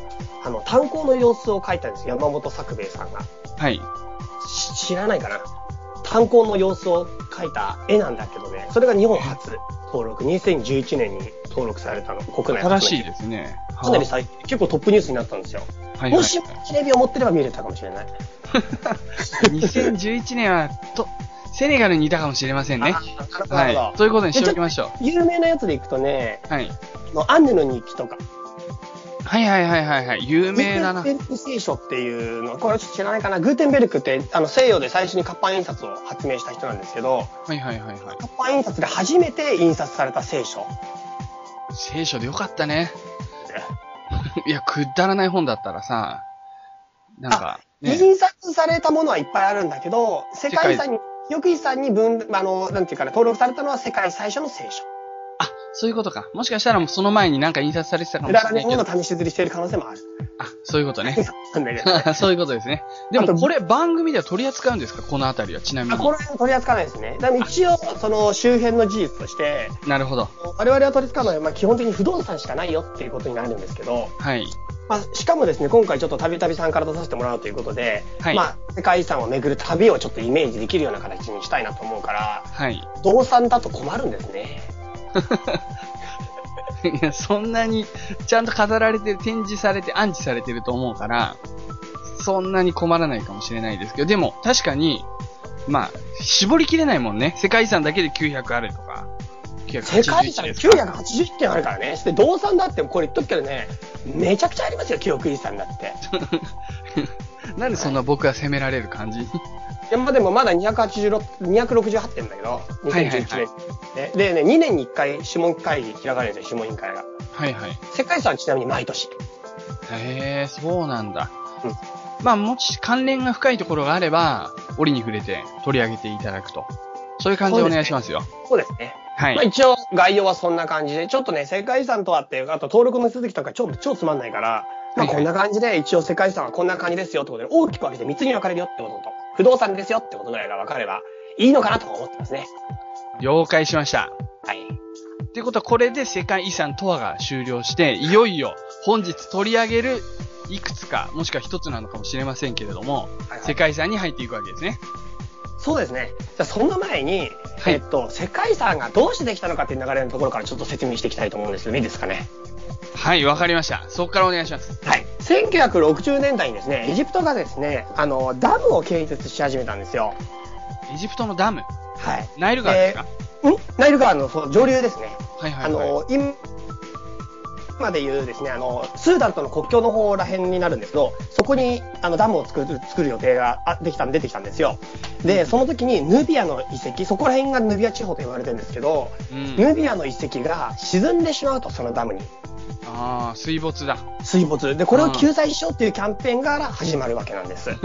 [SPEAKER 3] あの、炭鉱の様子を描いたんですよ、山本作兵衛さんが。
[SPEAKER 1] はい。
[SPEAKER 3] し知らないかな炭鉱の様子を描いた絵なんだけどね、それが日本初登録、2011年に登録されたの、国内初
[SPEAKER 1] 新
[SPEAKER 3] め
[SPEAKER 1] しい
[SPEAKER 3] て
[SPEAKER 1] ですね。
[SPEAKER 3] かなり最近、結構トップニュースになったんですよ。
[SPEAKER 1] はいはい
[SPEAKER 3] もしテレビを持ってれば見れたかもしれない。
[SPEAKER 1] 2011年は、と、セネガルにいたかもしれませんね。
[SPEAKER 3] あーなるほどなるほど
[SPEAKER 1] はい。ということにしておきましょ
[SPEAKER 3] 有名なやつでいくとね、
[SPEAKER 1] う。はい。
[SPEAKER 3] あのアンネの日記とか、
[SPEAKER 1] はいはいはいはいはい。有名だな。
[SPEAKER 3] グーテンベルク聖書っていうの、これはちょっと知らないかな、グーテンベルクってあの西洋で最初に活版印刷を発明した人なんですけど、
[SPEAKER 1] はいはいはいはい。
[SPEAKER 3] 活版印刷で初めて印刷された聖書。
[SPEAKER 1] 聖書でよかったね。 いや、くだらない本だったらさ、なんか、ね、
[SPEAKER 3] 印刷されたものはいっぱいあるんだけど、世界遺産に、記憶遺産に分、あの、なんていうかな、登録されたのは世界最初の聖書。
[SPEAKER 1] あ、そういうことか。もしかしたらもうその前になんか印刷されてたかも
[SPEAKER 3] く
[SPEAKER 1] し
[SPEAKER 3] だ
[SPEAKER 1] れ
[SPEAKER 3] ら
[SPEAKER 1] な
[SPEAKER 3] ない
[SPEAKER 1] い
[SPEAKER 3] も
[SPEAKER 1] け
[SPEAKER 3] の
[SPEAKER 1] ど
[SPEAKER 3] を。試し刷りしてる可能性もある。
[SPEAKER 1] あ、そういうことね。
[SPEAKER 3] なんだけど。
[SPEAKER 1] そういうことですね。で
[SPEAKER 3] あと
[SPEAKER 1] もこれ番組では取り扱うんですかこのあたりは、ちなみ
[SPEAKER 3] あこ
[SPEAKER 1] に。
[SPEAKER 3] の辺取り扱わないですね。でも一応、その周辺の事実として、
[SPEAKER 1] なるほど。
[SPEAKER 3] 我々は取り扱うのは、まあ、基本的に不動産しかないよっていうことになるんですけど、
[SPEAKER 1] はい。
[SPEAKER 3] まあ、しかもですね、今回ちょっとたびたびさんから出させてもらうということで、
[SPEAKER 1] はい
[SPEAKER 3] まあ、世界遺産を巡る旅をちょっとイメージできるような形にしたいなと思うから、
[SPEAKER 1] はい。
[SPEAKER 3] 動産だと困るんですね。
[SPEAKER 1] いや、そんなに、ちゃんと飾られてる、展示されて、暗示されてると思うから、そんなに困らないかもしれないですけど、でも、確かに、まあ、絞りきれないもんね。世界遺産だけで900あるとか。
[SPEAKER 3] 世界遺
[SPEAKER 1] 981
[SPEAKER 3] 産
[SPEAKER 1] ですか
[SPEAKER 3] 980件あるからね。で、動産だって、これ言っとくけどね、めちゃくちゃありますよ、記憶遺産だって。
[SPEAKER 1] なんでそんな僕は責められる感じ
[SPEAKER 3] いやまあでもまだ286 268点だけど、2011年、
[SPEAKER 1] はいはいはい
[SPEAKER 3] で。でね、2年に1回諮問会議開かれるんですよ、諮問委員会が。
[SPEAKER 1] はいはい。
[SPEAKER 3] 世界遺産はちなみに毎年。
[SPEAKER 1] へえ、そうなんだ。
[SPEAKER 3] うん
[SPEAKER 1] まあ、もし関連が深いところがあれば、折に触れて取り上げていただくと。そういう感じでお願いしますよ。
[SPEAKER 3] そうですね。
[SPEAKER 1] はい。
[SPEAKER 3] まあ、一応概要はそんな感じで、ちょっとね、世界遺産とはっていう、あと登録の手続きとか超超つまんないから、ま
[SPEAKER 1] は
[SPEAKER 3] あ、
[SPEAKER 1] いはい
[SPEAKER 3] こんな感じで、一応世界遺産はこんな感じですよってことで、大きく分けて3つに分かれるよってことと、不動産ですよってことぐらいが分かればいいのかなと思ってますね。
[SPEAKER 1] 了解しました。
[SPEAKER 3] はい。
[SPEAKER 1] ってことは、これで世界遺産とはが終了して、いよいよ本日取り上げるいくつか、もしくは一つなのかもしれませんけれども、
[SPEAKER 3] はいはい
[SPEAKER 1] 世界遺産に入っていくわけですね。
[SPEAKER 3] そうですね。じゃあ、その前に、
[SPEAKER 1] はい
[SPEAKER 3] えっと、世界遺産がどうしてできたのかっていう流れのところからちょっと説明していきたいと思うんですけど、いいですかね。
[SPEAKER 1] はい、わかりました。そこからお願いします。
[SPEAKER 3] はい。1960年代にですね、エジプトがですね、あの、ダムを建設し始めたんですよ。
[SPEAKER 1] エジプトのダム、
[SPEAKER 3] はい。
[SPEAKER 1] ナイル川ですか、
[SPEAKER 3] えーんナイル川のそう上流ですね。
[SPEAKER 1] はいは
[SPEAKER 3] あ
[SPEAKER 1] いはい。
[SPEAKER 3] の、今今で言うですね、あの、スーダンとの国境の方ら辺になるんですけど、そこにあのダムを作る作る予定があできたん出てきたんですよ。で、その時にヌビアの遺跡、そこら辺がヌビア地方と言われてるんですけど、
[SPEAKER 1] うん。
[SPEAKER 3] ヌビアの遺跡が沈んでしまうと、そのダムに
[SPEAKER 1] ああ、水没だ。
[SPEAKER 3] 水没。で、これ
[SPEAKER 1] う
[SPEAKER 3] を
[SPEAKER 1] ん
[SPEAKER 3] 救済しようっていうキャンペーンから始まるわけなんです。
[SPEAKER 1] キ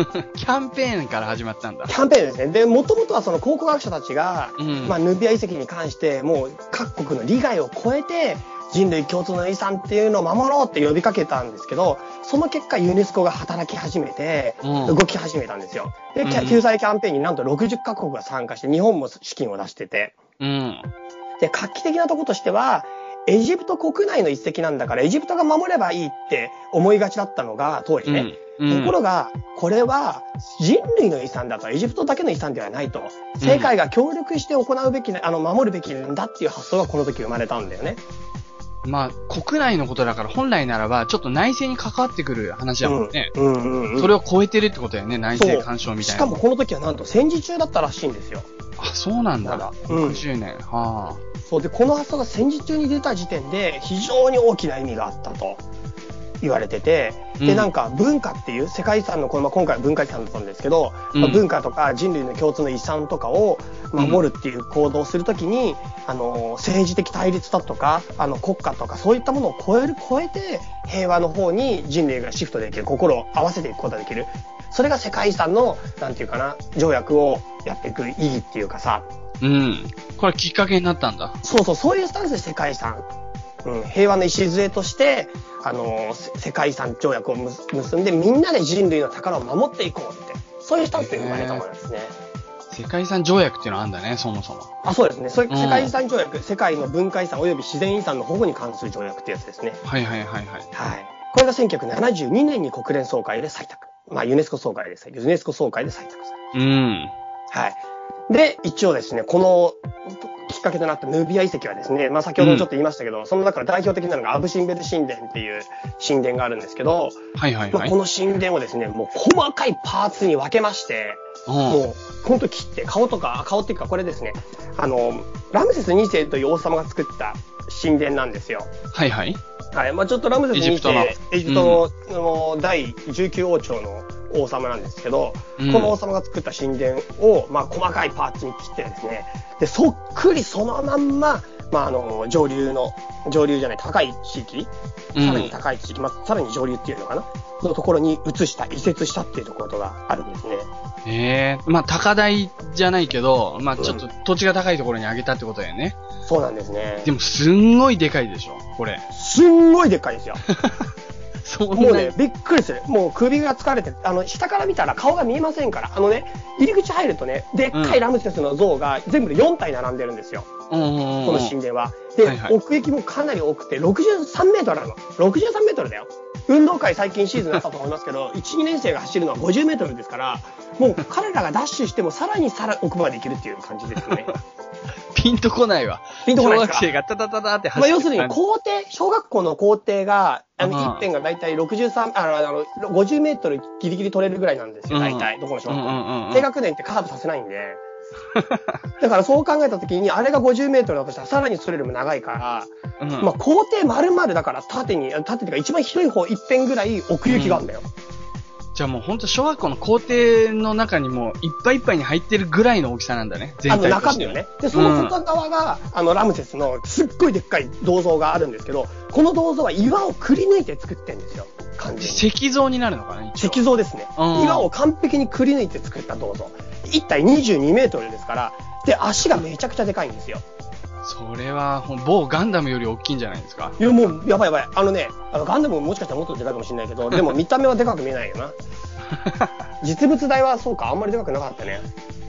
[SPEAKER 1] ャンペーンから始まったんだ。
[SPEAKER 3] キャンペーンですね。で、もともとはその考古学者たちが、
[SPEAKER 1] うん
[SPEAKER 3] まあ、ヌビア遺跡に関して、もう各国の利害を超えて、人類共通の遺産っていうのを守ろうって呼びかけたんですけど、その結果ユネスコが働き始めて、
[SPEAKER 1] うん
[SPEAKER 3] 動き始めたんですよ。で、キャ
[SPEAKER 1] うん
[SPEAKER 3] 救済キャンペーンになんと60カ国が参加して、日本も資金を出してて。
[SPEAKER 1] うん。
[SPEAKER 3] で、画期的なとことしては、エジプト国内の一石なんだから、エジプトが守ればいいって思いがちだったのが当時ね。
[SPEAKER 1] うん。
[SPEAKER 3] ところが、これは人類の遺産だと、エジプトだけの遺産ではないと、世界が協力して行うべきな、あの、守るべきなんだっていう発想がこの時生まれたんだよね。
[SPEAKER 1] まあ、国内のことだから、本来ならば、ちょっと内政に関わってくる話だもんね。
[SPEAKER 3] うんうんうん
[SPEAKER 1] それを超えてるってことだよね、内政干渉みたい
[SPEAKER 3] し
[SPEAKER 1] な。
[SPEAKER 3] かもこの時はなんと戦時中だったらしいんですよ。
[SPEAKER 1] あ、そうなん
[SPEAKER 3] ま
[SPEAKER 1] だ
[SPEAKER 3] だ。うん
[SPEAKER 1] 60年。は
[SPEAKER 3] そうで、この発想が戦時中に出た時点で非常に大きな意味があったと言われてて、
[SPEAKER 1] う
[SPEAKER 3] で、
[SPEAKER 1] ん
[SPEAKER 3] なんか文化っていう世界遺産の、このまあ今回は文化遺産だったんですけど、
[SPEAKER 1] うん
[SPEAKER 3] まあ文化とか人類の共通の遺産とかを守るっていう行動をするときに、あの、政治的対立だとか、あの、国家とかそういったものを超える、超えて平和の方に人類がシフトできる、心を合わせていくことができる。それが世界遺産の、なんていうかな、条約をやっていく意義っていうかさ、
[SPEAKER 1] あ。うん。これきっかけになったんだ。
[SPEAKER 3] そうそう、そういうスタンスで世界遺産。うん、平和の礎として、あのーせ世界遺産条約をむす結んで、みんなで人類の宝を守っていこうって、そういうスタンスで生まれたものなんですね。
[SPEAKER 1] 世界遺産条約っていうのあんだね、そもそも。
[SPEAKER 3] あ、そうですね。そういう
[SPEAKER 1] うん
[SPEAKER 3] 世界遺産条約、世界の文化遺産及び自然遺産の保護に関する条約ってやつですね。
[SPEAKER 1] はいはいはいはい。
[SPEAKER 3] はい。これが1972年に国連総会で採択。まあ、ユネスコ総会で採択。ユネスコ総会で採択された
[SPEAKER 1] うん。
[SPEAKER 3] はい。で、一応ですね、このきっかけとなったヌビア遺跡はですね、まあ先ほどもちょっと言いましたけど、その中から代表的なのがアブシンベル神殿っていう神殿があるんですけど、
[SPEAKER 1] はいはい
[SPEAKER 3] ま
[SPEAKER 1] は
[SPEAKER 3] あ
[SPEAKER 1] い。
[SPEAKER 3] この神殿をですね、もう細かいパーツに分けまして、
[SPEAKER 1] うん。
[SPEAKER 3] もうほんと切って、顔とか、顔っていうかこれですね、あの、ラムセス2世という王様が作った神殿なんですよ。
[SPEAKER 1] はいはい。
[SPEAKER 3] はい。まあちょっとラムセス2
[SPEAKER 1] エ
[SPEAKER 3] 世、
[SPEAKER 1] ジプトの
[SPEAKER 3] エジプトの,、あの第19王朝の王様なんですけど、
[SPEAKER 1] うん
[SPEAKER 3] この王様が作った神殿を、まあ、細かいパーツに切ってですね、で、そっくりそのまんま、まあ、あの、上流の、上流じゃない、高い地域、
[SPEAKER 1] うん
[SPEAKER 3] さらに高い地域、まあ、さらに上流っていうのかな、のところに移した、移設したっていうところがあるんですね。
[SPEAKER 1] ええまあ、高台じゃないけど、まあ、ちょっと土地が高いところにあげたってことだよね。
[SPEAKER 3] そうなんですね
[SPEAKER 1] で。も、すんごいでかいでしょ、これ。
[SPEAKER 3] すんごいでっかいですよ。
[SPEAKER 1] そん
[SPEAKER 3] もう
[SPEAKER 1] なに
[SPEAKER 3] ね、びっくりする。もう首が疲れてる、あの、下から見たら顔が見えませんから、あのね、入り口入るとね、でっかいラムセスの像が全部で4体並んでるんですよ。
[SPEAKER 1] うんうんうん。
[SPEAKER 3] この神殿は。で、
[SPEAKER 1] はいはい
[SPEAKER 3] 奥行きもかなり多くて、63メートルあるの。63メートルだよ。運動会最近シーズンあったと思いますけど、1、2年 生が走るのは50メートルですから、もう彼らがダッシュしてもさらにさら奥まで行けるっていう感じですよね。
[SPEAKER 1] ピンとこないわ。
[SPEAKER 3] ピンとこない
[SPEAKER 1] 小
[SPEAKER 3] です
[SPEAKER 1] 学
[SPEAKER 3] か
[SPEAKER 1] 生がタタタタって走
[SPEAKER 3] ま
[SPEAKER 1] って
[SPEAKER 3] あ要するに校庭、小学校の校庭が、あの、
[SPEAKER 1] うん
[SPEAKER 3] 1辺がだいたい63、あの、あの50メートルギリギリ取れるぐらいなんですよ、
[SPEAKER 1] うん
[SPEAKER 3] 大体。どこの小
[SPEAKER 1] うん
[SPEAKER 3] 学
[SPEAKER 1] う
[SPEAKER 3] 校も。
[SPEAKER 1] んうんうん
[SPEAKER 3] 低学年ってカーブさせないんで。だからそう考えた時に、あれが50メートルだとしたら、さらにそれよりも長いから、
[SPEAKER 1] うん
[SPEAKER 3] まあ、校庭丸々だから縦に、あ縦っていうか一番広い方一辺ぐらい奥行きがあるんだよ。
[SPEAKER 1] じゃあもうほんと小学校の校庭の中にもういっぱいいっぱいに入ってるぐらいの大きさなんだね。
[SPEAKER 3] あ
[SPEAKER 1] 全
[SPEAKER 3] の
[SPEAKER 1] 体と
[SPEAKER 3] 中
[SPEAKER 1] し
[SPEAKER 3] 身
[SPEAKER 1] て
[SPEAKER 3] よ
[SPEAKER 1] は。
[SPEAKER 3] ね。で、その外側が、あの、ラムセスのすっごいでっかい銅像があるんですけど、この銅像は岩をくり抜いて作ってるんですよ。完全に。
[SPEAKER 1] 石像になるのかな一応
[SPEAKER 3] 石像ですね。
[SPEAKER 1] うん
[SPEAKER 3] 岩を完璧にくり抜いて作った銅像。1体22メートルですから、で、足がめちゃくちゃでかいんですよ。
[SPEAKER 1] それは、ほん某ガンダムより大きいんじゃないです か
[SPEAKER 3] いや、もう、やばいやばい。あのね、あのガンダムももしかしたらもっとでかいかもしれないけど、でも見た目はでかく見えないよな。実物大はそうか、あんまりでかくなかったね。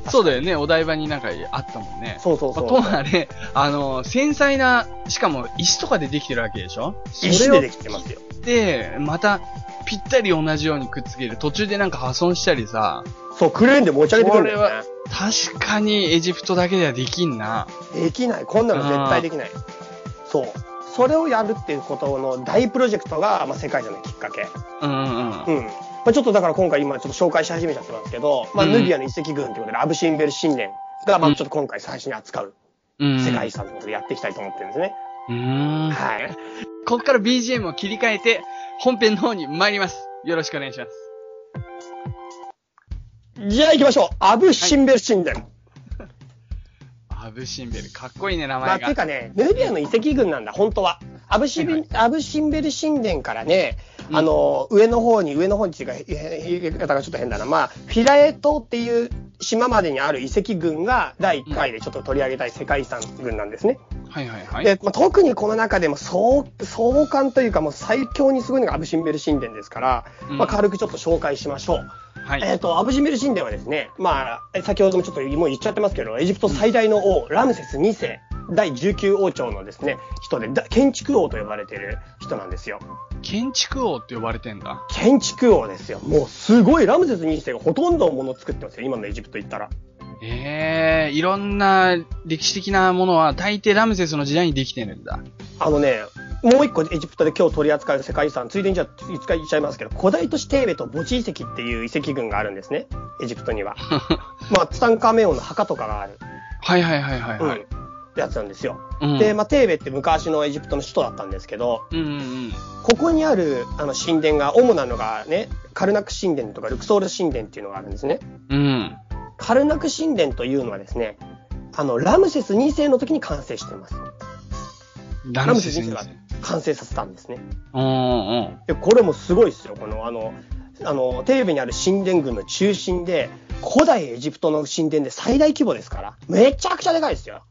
[SPEAKER 1] そうだよね、お台場になんかあったもんね。
[SPEAKER 3] そうそう
[SPEAKER 1] ま
[SPEAKER 3] そ
[SPEAKER 1] あ
[SPEAKER 3] う。
[SPEAKER 1] ともあれ、あの、繊細な、しかも石とかでできてるわけでしょ。
[SPEAKER 3] 石でできてますすよ。
[SPEAKER 1] で、また、ぴったり同じようにくっつける。途中でなんか破損したりさ。
[SPEAKER 3] そう、クレーンで持ち上げてくるんだよ
[SPEAKER 1] こ
[SPEAKER 3] ね
[SPEAKER 1] れは。確かにエジプトだけではできんな。
[SPEAKER 3] できない。こんなの絶対できない。そう。それをやるっていうことの大プロジェクトが、まあ、世界中のきっかけ。
[SPEAKER 1] うんうんうん。
[SPEAKER 3] うん。まあ、ちょっとだから今回今ちょっと紹介し始めちゃってますけど、まあ、
[SPEAKER 1] うん
[SPEAKER 3] ヌビアの遺跡群ということで、アブシンベル神殿が、ま
[SPEAKER 1] う
[SPEAKER 3] あ、
[SPEAKER 1] ん
[SPEAKER 3] ちょっと今回最初に扱う
[SPEAKER 1] うんうん
[SPEAKER 3] 世界遺産ということでやっていきたいと思ってるんですね。
[SPEAKER 1] うーん。
[SPEAKER 3] はい。
[SPEAKER 1] ここから BGM を切り替えて、本編の方に参ります。よろしくお願いします。
[SPEAKER 3] じゃあ行きましょう。アブシンベル神殿。
[SPEAKER 1] アブシンベル、かっこいいね、名
[SPEAKER 3] まあ、
[SPEAKER 1] 前
[SPEAKER 3] ていう
[SPEAKER 1] が。
[SPEAKER 3] かね、ヌビアの遺跡群なんだ、本当は。アブシビン、
[SPEAKER 1] はい
[SPEAKER 3] アブシンベル神殿からね、
[SPEAKER 1] うん
[SPEAKER 3] あの、上の方に、上の方にっていうか、え言い方がちょっと変だな。まあ、フィラエ島っていう島までにある遺跡群が第1回でちょっと取り上げたい世界遺産群なんですね。
[SPEAKER 1] はいはいはい。
[SPEAKER 3] で、まあ、特にこの中でも総、総監というかもう最強にすごいのがアブシンベル神殿ですから、
[SPEAKER 1] うん
[SPEAKER 3] まあ、軽くちょっと紹介しましょう。
[SPEAKER 1] はい。
[SPEAKER 3] えっ、と、アブジメル神殿はですね、まあ、え先ほどもちょっともう言っちゃってますけど、エジプト最大の王、ラムセス2世、第19王朝のですね、人で、だ建築王と呼ばれてる人なんですよ。
[SPEAKER 1] 建築王って呼ばれてんだ。
[SPEAKER 3] 建築王ですよ。もうすごい、ラムセス2世がほとんどのものを作ってますよ、今のエジプト行ったら。
[SPEAKER 1] ええいろんな歴史的なものは大抵ラムセスの時代にできてるんだ。
[SPEAKER 3] あのね、もう一個エジプトで今日取り扱う世界遺産、ついでにじゃあ、いつか言っちゃいますけど、古代都市テーベと墓地遺跡っていう遺跡群があるんですね、エジプトには。まあ、ツタンカーメン王の墓とかがある、
[SPEAKER 1] はいはいはいはいはい。
[SPEAKER 3] うん、やつなんですよ。
[SPEAKER 1] うん
[SPEAKER 3] で、まあ、テーベって昔のエジプトの首都だったんですけど、
[SPEAKER 1] うんうんうん。
[SPEAKER 3] ここにあるあの神殿が、主なのがね、カルナク神殿とかルクソール神殿っていうのがあるんですね。
[SPEAKER 1] うん。
[SPEAKER 3] カルナク神殿というのはですね、あの、ラムセス2世の時に完成してます。
[SPEAKER 1] ラム
[SPEAKER 3] ム
[SPEAKER 1] セ
[SPEAKER 3] セ
[SPEAKER 1] ス
[SPEAKER 3] ス
[SPEAKER 1] に
[SPEAKER 3] に
[SPEAKER 1] で
[SPEAKER 3] ですす
[SPEAKER 1] ね。
[SPEAKER 3] 完成させたんですね。
[SPEAKER 1] うんうん。
[SPEAKER 3] で、これもすごいですよ。この、あの、あの、テレビにある神殿群の中心で、古代エジプトの神殿で最大規模ですから、めちゃくちゃでかいですよ。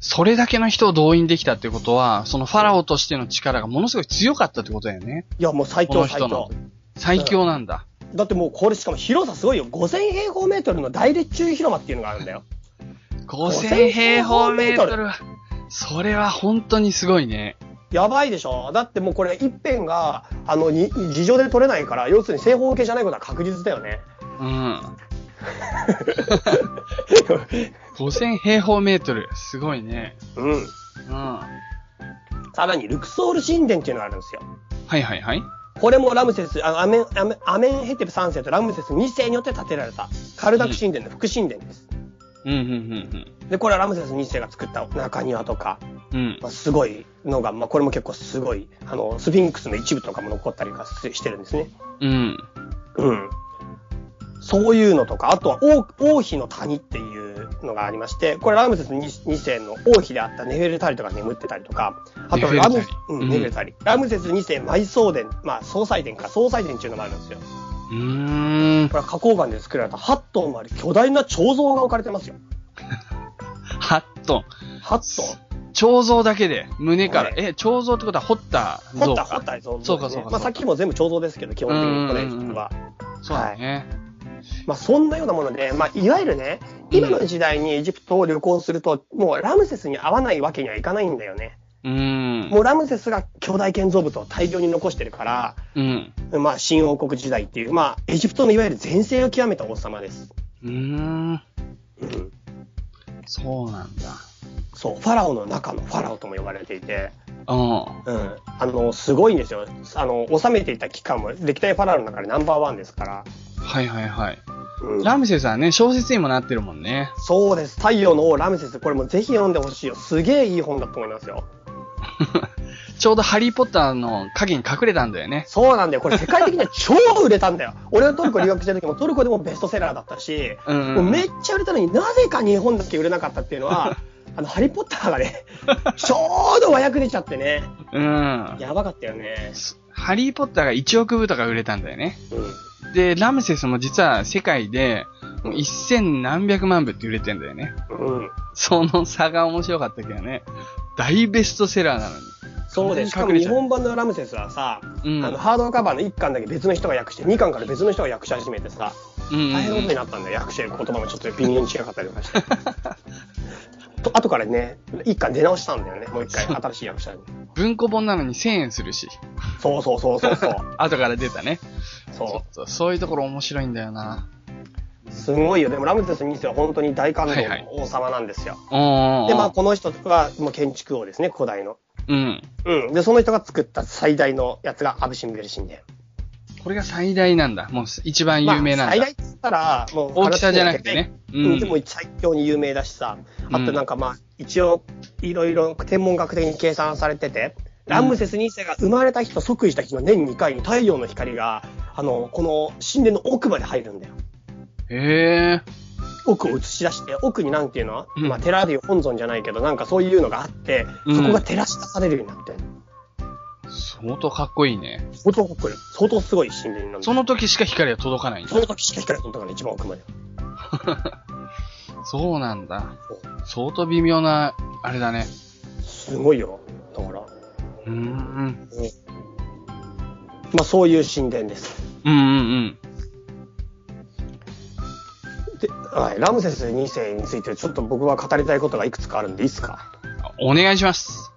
[SPEAKER 1] それだけの人を動員できたってことは、そのファラオとしての力がものすごい強かったってことだよね。
[SPEAKER 3] いや、もう最
[SPEAKER 1] この
[SPEAKER 3] 強最
[SPEAKER 1] 人の
[SPEAKER 3] 強。。
[SPEAKER 1] 最強なんだ。
[SPEAKER 3] だってもうこれしかも広さすごいよ。5000平方メートルの大列中広間っていうのがあるんだよ。
[SPEAKER 1] 5000
[SPEAKER 3] 5000
[SPEAKER 1] 平方メートルは、それは本当にすごいね。
[SPEAKER 3] やばいでしょだってもうこれ一辺が、あの、に地上で取れないから、要するに正方形じゃないことは確実だ よね。
[SPEAKER 1] うん。5000平方メートル。すごいね。
[SPEAKER 3] うん。
[SPEAKER 1] うん。は
[SPEAKER 3] さらに、ルクソール神殿っていうのがあるんですよ。
[SPEAKER 1] いはいはい。
[SPEAKER 3] これもラムセス、あアメン、アメンアメンヘテプ3世とラムセス2世によって建てられた、カルダク神殿の副神殿です。
[SPEAKER 1] うんうん
[SPEAKER 3] で、これはラムセス2世が作った中庭とか、
[SPEAKER 1] うんうん。うん。
[SPEAKER 3] まあ、すごいのが、まあ、これも結構すごい、あの、スフィンクスの一部とかも残ったりとかししてるんですね。
[SPEAKER 1] うん。
[SPEAKER 3] うん。そういうのとか、あとは王王妃の谷っていうのがありまして、これラムセス 2, 世の王妃であったネフェルタリとか眠ってたりとか、あとはラム
[SPEAKER 1] ネフェルタリ
[SPEAKER 3] うん
[SPEAKER 1] うん
[SPEAKER 3] ネフェルタリラムセス2世埋葬殿、まあ総祭殿か、総祭殿っていうのもあるんですよ。
[SPEAKER 1] うーん
[SPEAKER 3] こ。れは花崗岩で作られた8トンもある巨大な彫像が置かれてますよ。
[SPEAKER 1] 8トン。
[SPEAKER 3] 8
[SPEAKER 1] 彫像だけで、胸から
[SPEAKER 3] は。い
[SPEAKER 1] え、彫像ってことは掘った
[SPEAKER 3] トン。掘
[SPEAKER 1] 像
[SPEAKER 3] った
[SPEAKER 1] か。
[SPEAKER 3] 掘った彫像、ね。
[SPEAKER 1] そうかそうかそうか
[SPEAKER 3] まあさっきも全部彫像ですけど、基本的にこれ
[SPEAKER 1] うんうんうん
[SPEAKER 3] は。
[SPEAKER 1] そうだね。
[SPEAKER 3] まあ、そんなようなもので、まあ、いわゆるね、今の時代にエジプトを旅行すると、もうラムセスに合わないわけにはいかないんだよね。
[SPEAKER 1] うーん。
[SPEAKER 3] もうラムセスが巨大建造物を大量に残してるから、
[SPEAKER 1] うん。
[SPEAKER 3] まあ、新王国時代っていう、まあ、エジプトのいわゆる前世を極めた王様です。
[SPEAKER 1] うーん。
[SPEAKER 3] うん。
[SPEAKER 1] そうなんだ。
[SPEAKER 3] そう、ファラオの中のファラオとも呼ばれていて、
[SPEAKER 1] うん。
[SPEAKER 3] うん。あの、すごいんですよ。あの、治めていた期間も、歴代ファラオの中でナンバーワンですから。
[SPEAKER 1] はいはいはい。
[SPEAKER 3] うん。
[SPEAKER 1] ラムセスはね、小説にもなってるもんね。
[SPEAKER 3] そうです。太陽の王ラムセス、これもぜひ読んでほしいよ。すげえいい本だと思いますよ。
[SPEAKER 1] ちょうどハリーポッターの影に隠れたんだよね。
[SPEAKER 3] そうなんだよ。これ世界的には超売れたんだよ。 俺がトルコ留学してる時もトルコでもベストセラーだったし、
[SPEAKER 1] うんうん
[SPEAKER 3] もうめっちゃ売れたのになぜか日本だけ売れなかったっていう のは、あの、ハリーポッターがね、ちょうど和訳出ちゃってね、
[SPEAKER 1] うん。
[SPEAKER 3] やばかったよ ね。
[SPEAKER 1] ハリーポッターが1億部とか売れたんだよね。
[SPEAKER 3] うん。
[SPEAKER 1] で、ラムセスも実は世界で、もう一千何百万部って売れてんだよね。
[SPEAKER 3] うん。
[SPEAKER 1] その差が面白かったけどね。大ベストセラーなのに。
[SPEAKER 3] そうです。しかも
[SPEAKER 1] 隠れち
[SPEAKER 3] 日
[SPEAKER 1] ゃう
[SPEAKER 3] 本版のラムセスはさ、
[SPEAKER 1] うん
[SPEAKER 3] あのハードカバーの1巻だけ別の人が訳して、2巻から別の人が訳し始めてさ、
[SPEAKER 1] うんうん
[SPEAKER 3] 大変なことになったんだよ。訳してる言葉もちょっと微妙に違かったりとかして。 と後からね、1巻出直したんだよね。もう一回、新しい訳者に。
[SPEAKER 1] 文庫本なのに1000円するし。
[SPEAKER 3] そうそうそうそ うそう。
[SPEAKER 1] 後から出たね。
[SPEAKER 3] そ
[SPEAKER 1] そうそういうところ面白いんだよな。
[SPEAKER 3] う。すごいよ。でもラムセス2世は本当に大感動
[SPEAKER 1] はいはい
[SPEAKER 3] の王様なんですよ。
[SPEAKER 1] うんうんうん。
[SPEAKER 3] で、まあこの人はもう建築王ですね、古代の。
[SPEAKER 1] うん。
[SPEAKER 3] うん。で、その人が作った最大のやつがアブシンベル神殿。
[SPEAKER 1] これが最大なんだ。もう一番有名なんだ。
[SPEAKER 3] まあ、最大っつったら、もう
[SPEAKER 1] 大きさじゃなくてね。
[SPEAKER 3] うんでも最強に有名だしさ、あとなんかまあ、一応、いろいろ天文学的に計算されてて、
[SPEAKER 1] うん
[SPEAKER 3] ラムセス2世が生まれた日と即位した日の年2回に太陽の光が、あの、この神殿の奥まで入るんだよ。
[SPEAKER 1] へえ。
[SPEAKER 3] 奥を映し出して、奥になんていうの、
[SPEAKER 1] うん
[SPEAKER 3] まあ、寺でいう本尊じゃないけど、なんかそういうのがあって、
[SPEAKER 1] うん
[SPEAKER 3] そこが照らし出されるようになってる、
[SPEAKER 1] 相当かっこいいね。
[SPEAKER 3] 相当かっこいい。相当すごい神殿なんだ
[SPEAKER 1] そ
[SPEAKER 3] よ。
[SPEAKER 1] の時しか光が届かないんだ
[SPEAKER 3] そ。の時しか光が飛んだから一番奥まで。
[SPEAKER 1] そうなんだ相
[SPEAKER 3] そ。
[SPEAKER 1] 当微妙な、あれだね。
[SPEAKER 3] すごいよ。だから。
[SPEAKER 1] うーん。
[SPEAKER 3] まあそういう神殿です。
[SPEAKER 1] うんうん
[SPEAKER 3] で、はい、ラムセス2世についてちょっと僕は語りたいことがいくつかあるんでいいですか
[SPEAKER 1] うん。お願いします。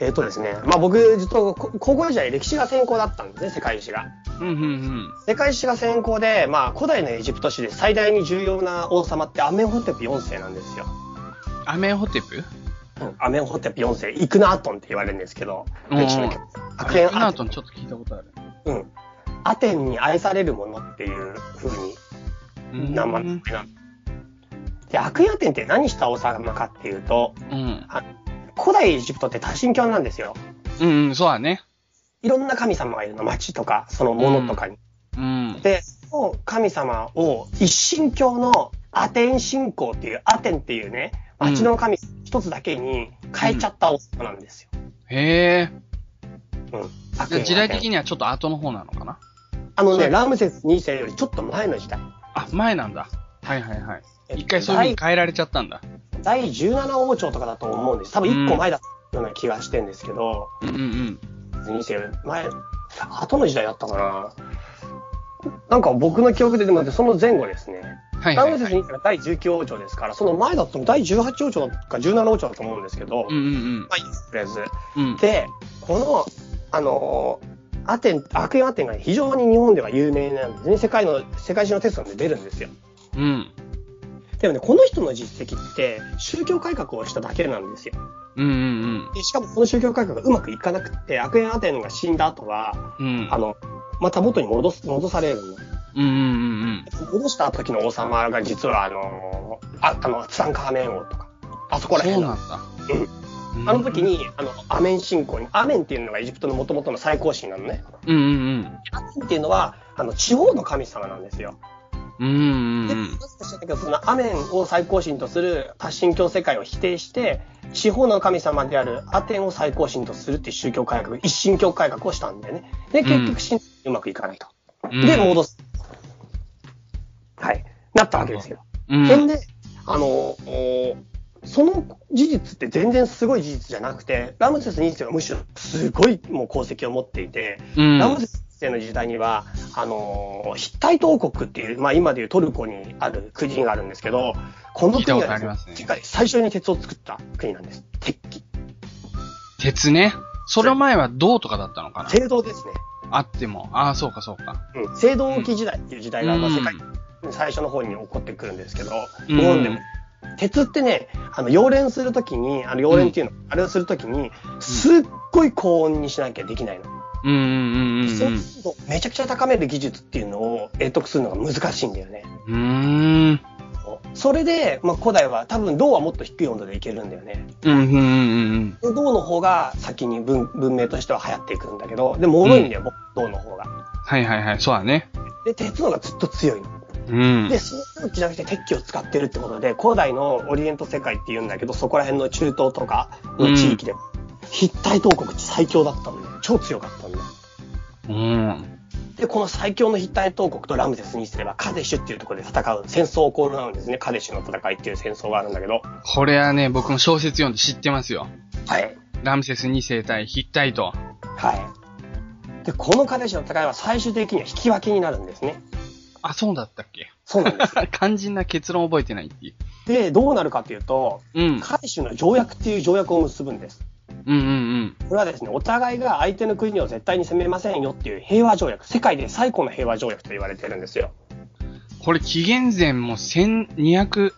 [SPEAKER 3] えっ、とですね、まあ僕ずっとこ高校時代歴史が専攻だったんですね、世界史が。
[SPEAKER 1] うんうん
[SPEAKER 3] 世界史が専攻で、まあ古代のエジプト史で最大に重要な王様ってアメンホテプ4世なんですよ。
[SPEAKER 1] うん。アメンホテプ
[SPEAKER 3] うんアメンホテプ4世、イクナートンって言われるんですけど、
[SPEAKER 1] うん
[SPEAKER 3] 歴史のアテン
[SPEAKER 1] アナートンちょっと聞いたことある。
[SPEAKER 3] うん、アテンに愛されるものっていう風に
[SPEAKER 1] うん
[SPEAKER 3] 名前なんで、アクエアテンって何した王様かっていうと、
[SPEAKER 1] うん。
[SPEAKER 3] 古代エジプトって多神教なんですよ。
[SPEAKER 1] うんうん、そうだね。
[SPEAKER 3] いろんな神様がいるの、町とか、そのものとかに。
[SPEAKER 1] うん。
[SPEAKER 3] で、その神様を一神教のアテン信仰っていう、アテンっていうね、町の神一つだけに変えちゃった王様なんですよ。
[SPEAKER 1] へえ。
[SPEAKER 3] うん。
[SPEAKER 1] じゃあ時代的
[SPEAKER 3] に。
[SPEAKER 1] にはちょっと後の方なのかな
[SPEAKER 3] あの
[SPEAKER 1] そ
[SPEAKER 3] ね、
[SPEAKER 1] う
[SPEAKER 3] ラムセス2世よりちょっと前の時代。
[SPEAKER 1] あ、前なんだ。はいはいはい。
[SPEAKER 3] えっと
[SPEAKER 1] 一回そういう風に変えられちゃったんだ。
[SPEAKER 3] 第第17王朝とかだと思うんです。多分1個前だったような気がしてんですけど、
[SPEAKER 1] うんうんうん。
[SPEAKER 3] 人生前、後の時代だったかな。なんか僕の記憶で、でもその前後ですね。
[SPEAKER 1] はい
[SPEAKER 3] ラ
[SPEAKER 1] はい、
[SPEAKER 3] ムセ
[SPEAKER 1] は
[SPEAKER 3] ス
[SPEAKER 1] い。
[SPEAKER 3] 2世が第19王朝ですから、その前だと第18王朝か17王朝だと思うんですけど、
[SPEAKER 1] うんうんうん
[SPEAKER 3] まあいいです、とりあえず。。
[SPEAKER 1] うん。
[SPEAKER 3] で、この、あのーアテン、アクエンアテンが非常に日本では有名なんですね。世界の、世界中のテストで出るんですよ。
[SPEAKER 1] うん。
[SPEAKER 3] でもね、この人の実績って、宗教改革をしただけなんですよ。
[SPEAKER 1] うんうん
[SPEAKER 3] でしかもこの宗教改革がうまくいかなくて、アクエンアテンが死んだ後は、
[SPEAKER 1] うん。うん。
[SPEAKER 3] あの、また元に戻す、戻される
[SPEAKER 1] う
[SPEAKER 3] の。
[SPEAKER 1] んうんうんうん。
[SPEAKER 3] 戻した時の王様が実はあの、ああの、ツタンカーメン王とか、あそこら
[SPEAKER 1] そう
[SPEAKER 3] 辺
[SPEAKER 1] な
[SPEAKER 3] の。
[SPEAKER 1] んだ。
[SPEAKER 3] あの時に、あの、アメン信仰に、アメンっていうのがエジプトの元々の最高神なのね。
[SPEAKER 1] うんうん
[SPEAKER 3] アメンっていうのは、あの、地方の神様なんですよ。
[SPEAKER 1] うん。うんうん
[SPEAKER 3] で、
[SPEAKER 1] う
[SPEAKER 3] なん
[SPEAKER 1] ん。
[SPEAKER 3] か知らないけど、そのアメンを最高神とする多神教世界を否定して、地方の神様であるアテンを最高神とするっていう宗教改革、一神教改革をしたんだよね。で、結局神、うまくいかないと。
[SPEAKER 1] うん
[SPEAKER 3] で、戻す。はい。なったわけですよ。
[SPEAKER 1] う
[SPEAKER 3] そん
[SPEAKER 1] ん。
[SPEAKER 3] で、あの、おその事実って全然すごい事実じゃなくて、ラムセス2世はむしろすごいもう功績を持っていて、
[SPEAKER 1] うん。
[SPEAKER 3] ラムセス2世の時代には、あの、ヒッタイト王国っていう、まあ今でいうトルコにある国があるんですけど、この
[SPEAKER 1] 聞いたこ
[SPEAKER 3] 国
[SPEAKER 1] と
[SPEAKER 3] が
[SPEAKER 1] あり
[SPEAKER 3] ですね
[SPEAKER 1] ますね
[SPEAKER 3] 世界最初に鉄を作った国なんです。鉄器。
[SPEAKER 1] 鉄ね。その前は銅とかだったのかな
[SPEAKER 3] 青銅ですね。
[SPEAKER 1] あっても。ああ、そうかそうか。
[SPEAKER 3] うん。青銅器時代っていう時代が、まあ世界
[SPEAKER 1] う
[SPEAKER 3] 最初の方に起こってくるんですけど、
[SPEAKER 1] うん
[SPEAKER 3] 日本でも。鉄ってね、あの、溶連するときに、あの、溶連っていうの、あれをするときに、すっごい高温にしなきゃできないの。
[SPEAKER 1] んうんうんうん
[SPEAKER 3] そうすると、めちゃくちゃ高める技術っていうのを得得するのが難しいんだよね。
[SPEAKER 1] うん。うーん。
[SPEAKER 3] それで、まあ、古代は多分銅はもっと低い温度でいけるんだよね。
[SPEAKER 1] うんうんうんうん。
[SPEAKER 3] 銅の方が先に文文明としては流行っていくんだけど、でも脆いんだよ、銅の方が。
[SPEAKER 1] はいはいはい。そうだね。
[SPEAKER 3] で、鉄の方がずっと強いの。
[SPEAKER 1] うん
[SPEAKER 3] で、。そのじゃなくて鉄器を使ってるってことで、古代のオリエント世界っていうんだけど、そこら辺の中東とかの地域で、ヒッタイト王国って最強だったんで、超強かったんで。
[SPEAKER 1] うん。
[SPEAKER 3] で、この最強のヒッタイト王国とラムセスにすれば、カデシュっていうところで戦う戦争を起こるなんですね。カデシュの戦いっていう戦争があるんだけど。
[SPEAKER 1] これはね、僕も小説読んで知ってますよ。
[SPEAKER 3] はい。
[SPEAKER 1] ラムセス2世対ヒッタイト。
[SPEAKER 3] はい。で、このカデシュの戦いは最終的には引き分けになるんですね。
[SPEAKER 1] あ、そうだったっけ
[SPEAKER 3] そうなんです。
[SPEAKER 1] 肝心な結論覚えてないっていう。
[SPEAKER 3] で、どうなるかっていうと、
[SPEAKER 1] うん。
[SPEAKER 3] カデシュの条約っていう条約を結ぶんです。
[SPEAKER 1] うんうん
[SPEAKER 3] これはですね、お互いが相手の国を絶対に攻めませんよっていう平和条約、世界で最古の平和条約と言われてるんですよ。
[SPEAKER 1] うん。これ紀元前も1270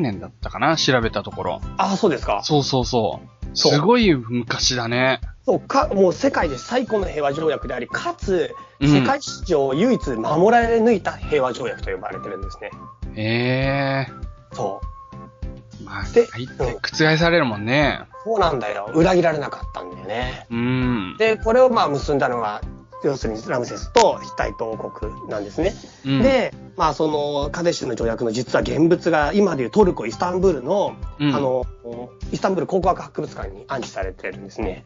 [SPEAKER 1] 年だったかな調べたところ。
[SPEAKER 3] ああ、そうですか。
[SPEAKER 1] そうそうそう。
[SPEAKER 3] そう
[SPEAKER 1] すごい昔だね。
[SPEAKER 3] そうか、もう世界で最古の平和条約であり、かつ、
[SPEAKER 1] うん
[SPEAKER 3] 世界史上唯一守られ抜いた平和条約と呼ばれてるんですね。
[SPEAKER 1] ええ
[SPEAKER 3] そう。
[SPEAKER 1] ー。まあ、
[SPEAKER 3] で
[SPEAKER 1] 大体覆されるもんね。
[SPEAKER 3] そうなんだよ。裏切られなかったんだよね。
[SPEAKER 1] うん。
[SPEAKER 3] で、これをまあ結んだのが、要するにラムセスとヒッタイト王国なんですね。
[SPEAKER 1] うん、
[SPEAKER 3] で、まあ、そのカデシュの条約の実は現物が今でいうトルコ・イスタンブールの,、
[SPEAKER 1] うん
[SPEAKER 3] あのイスタンブール考古学博物館に安置されてるんですね。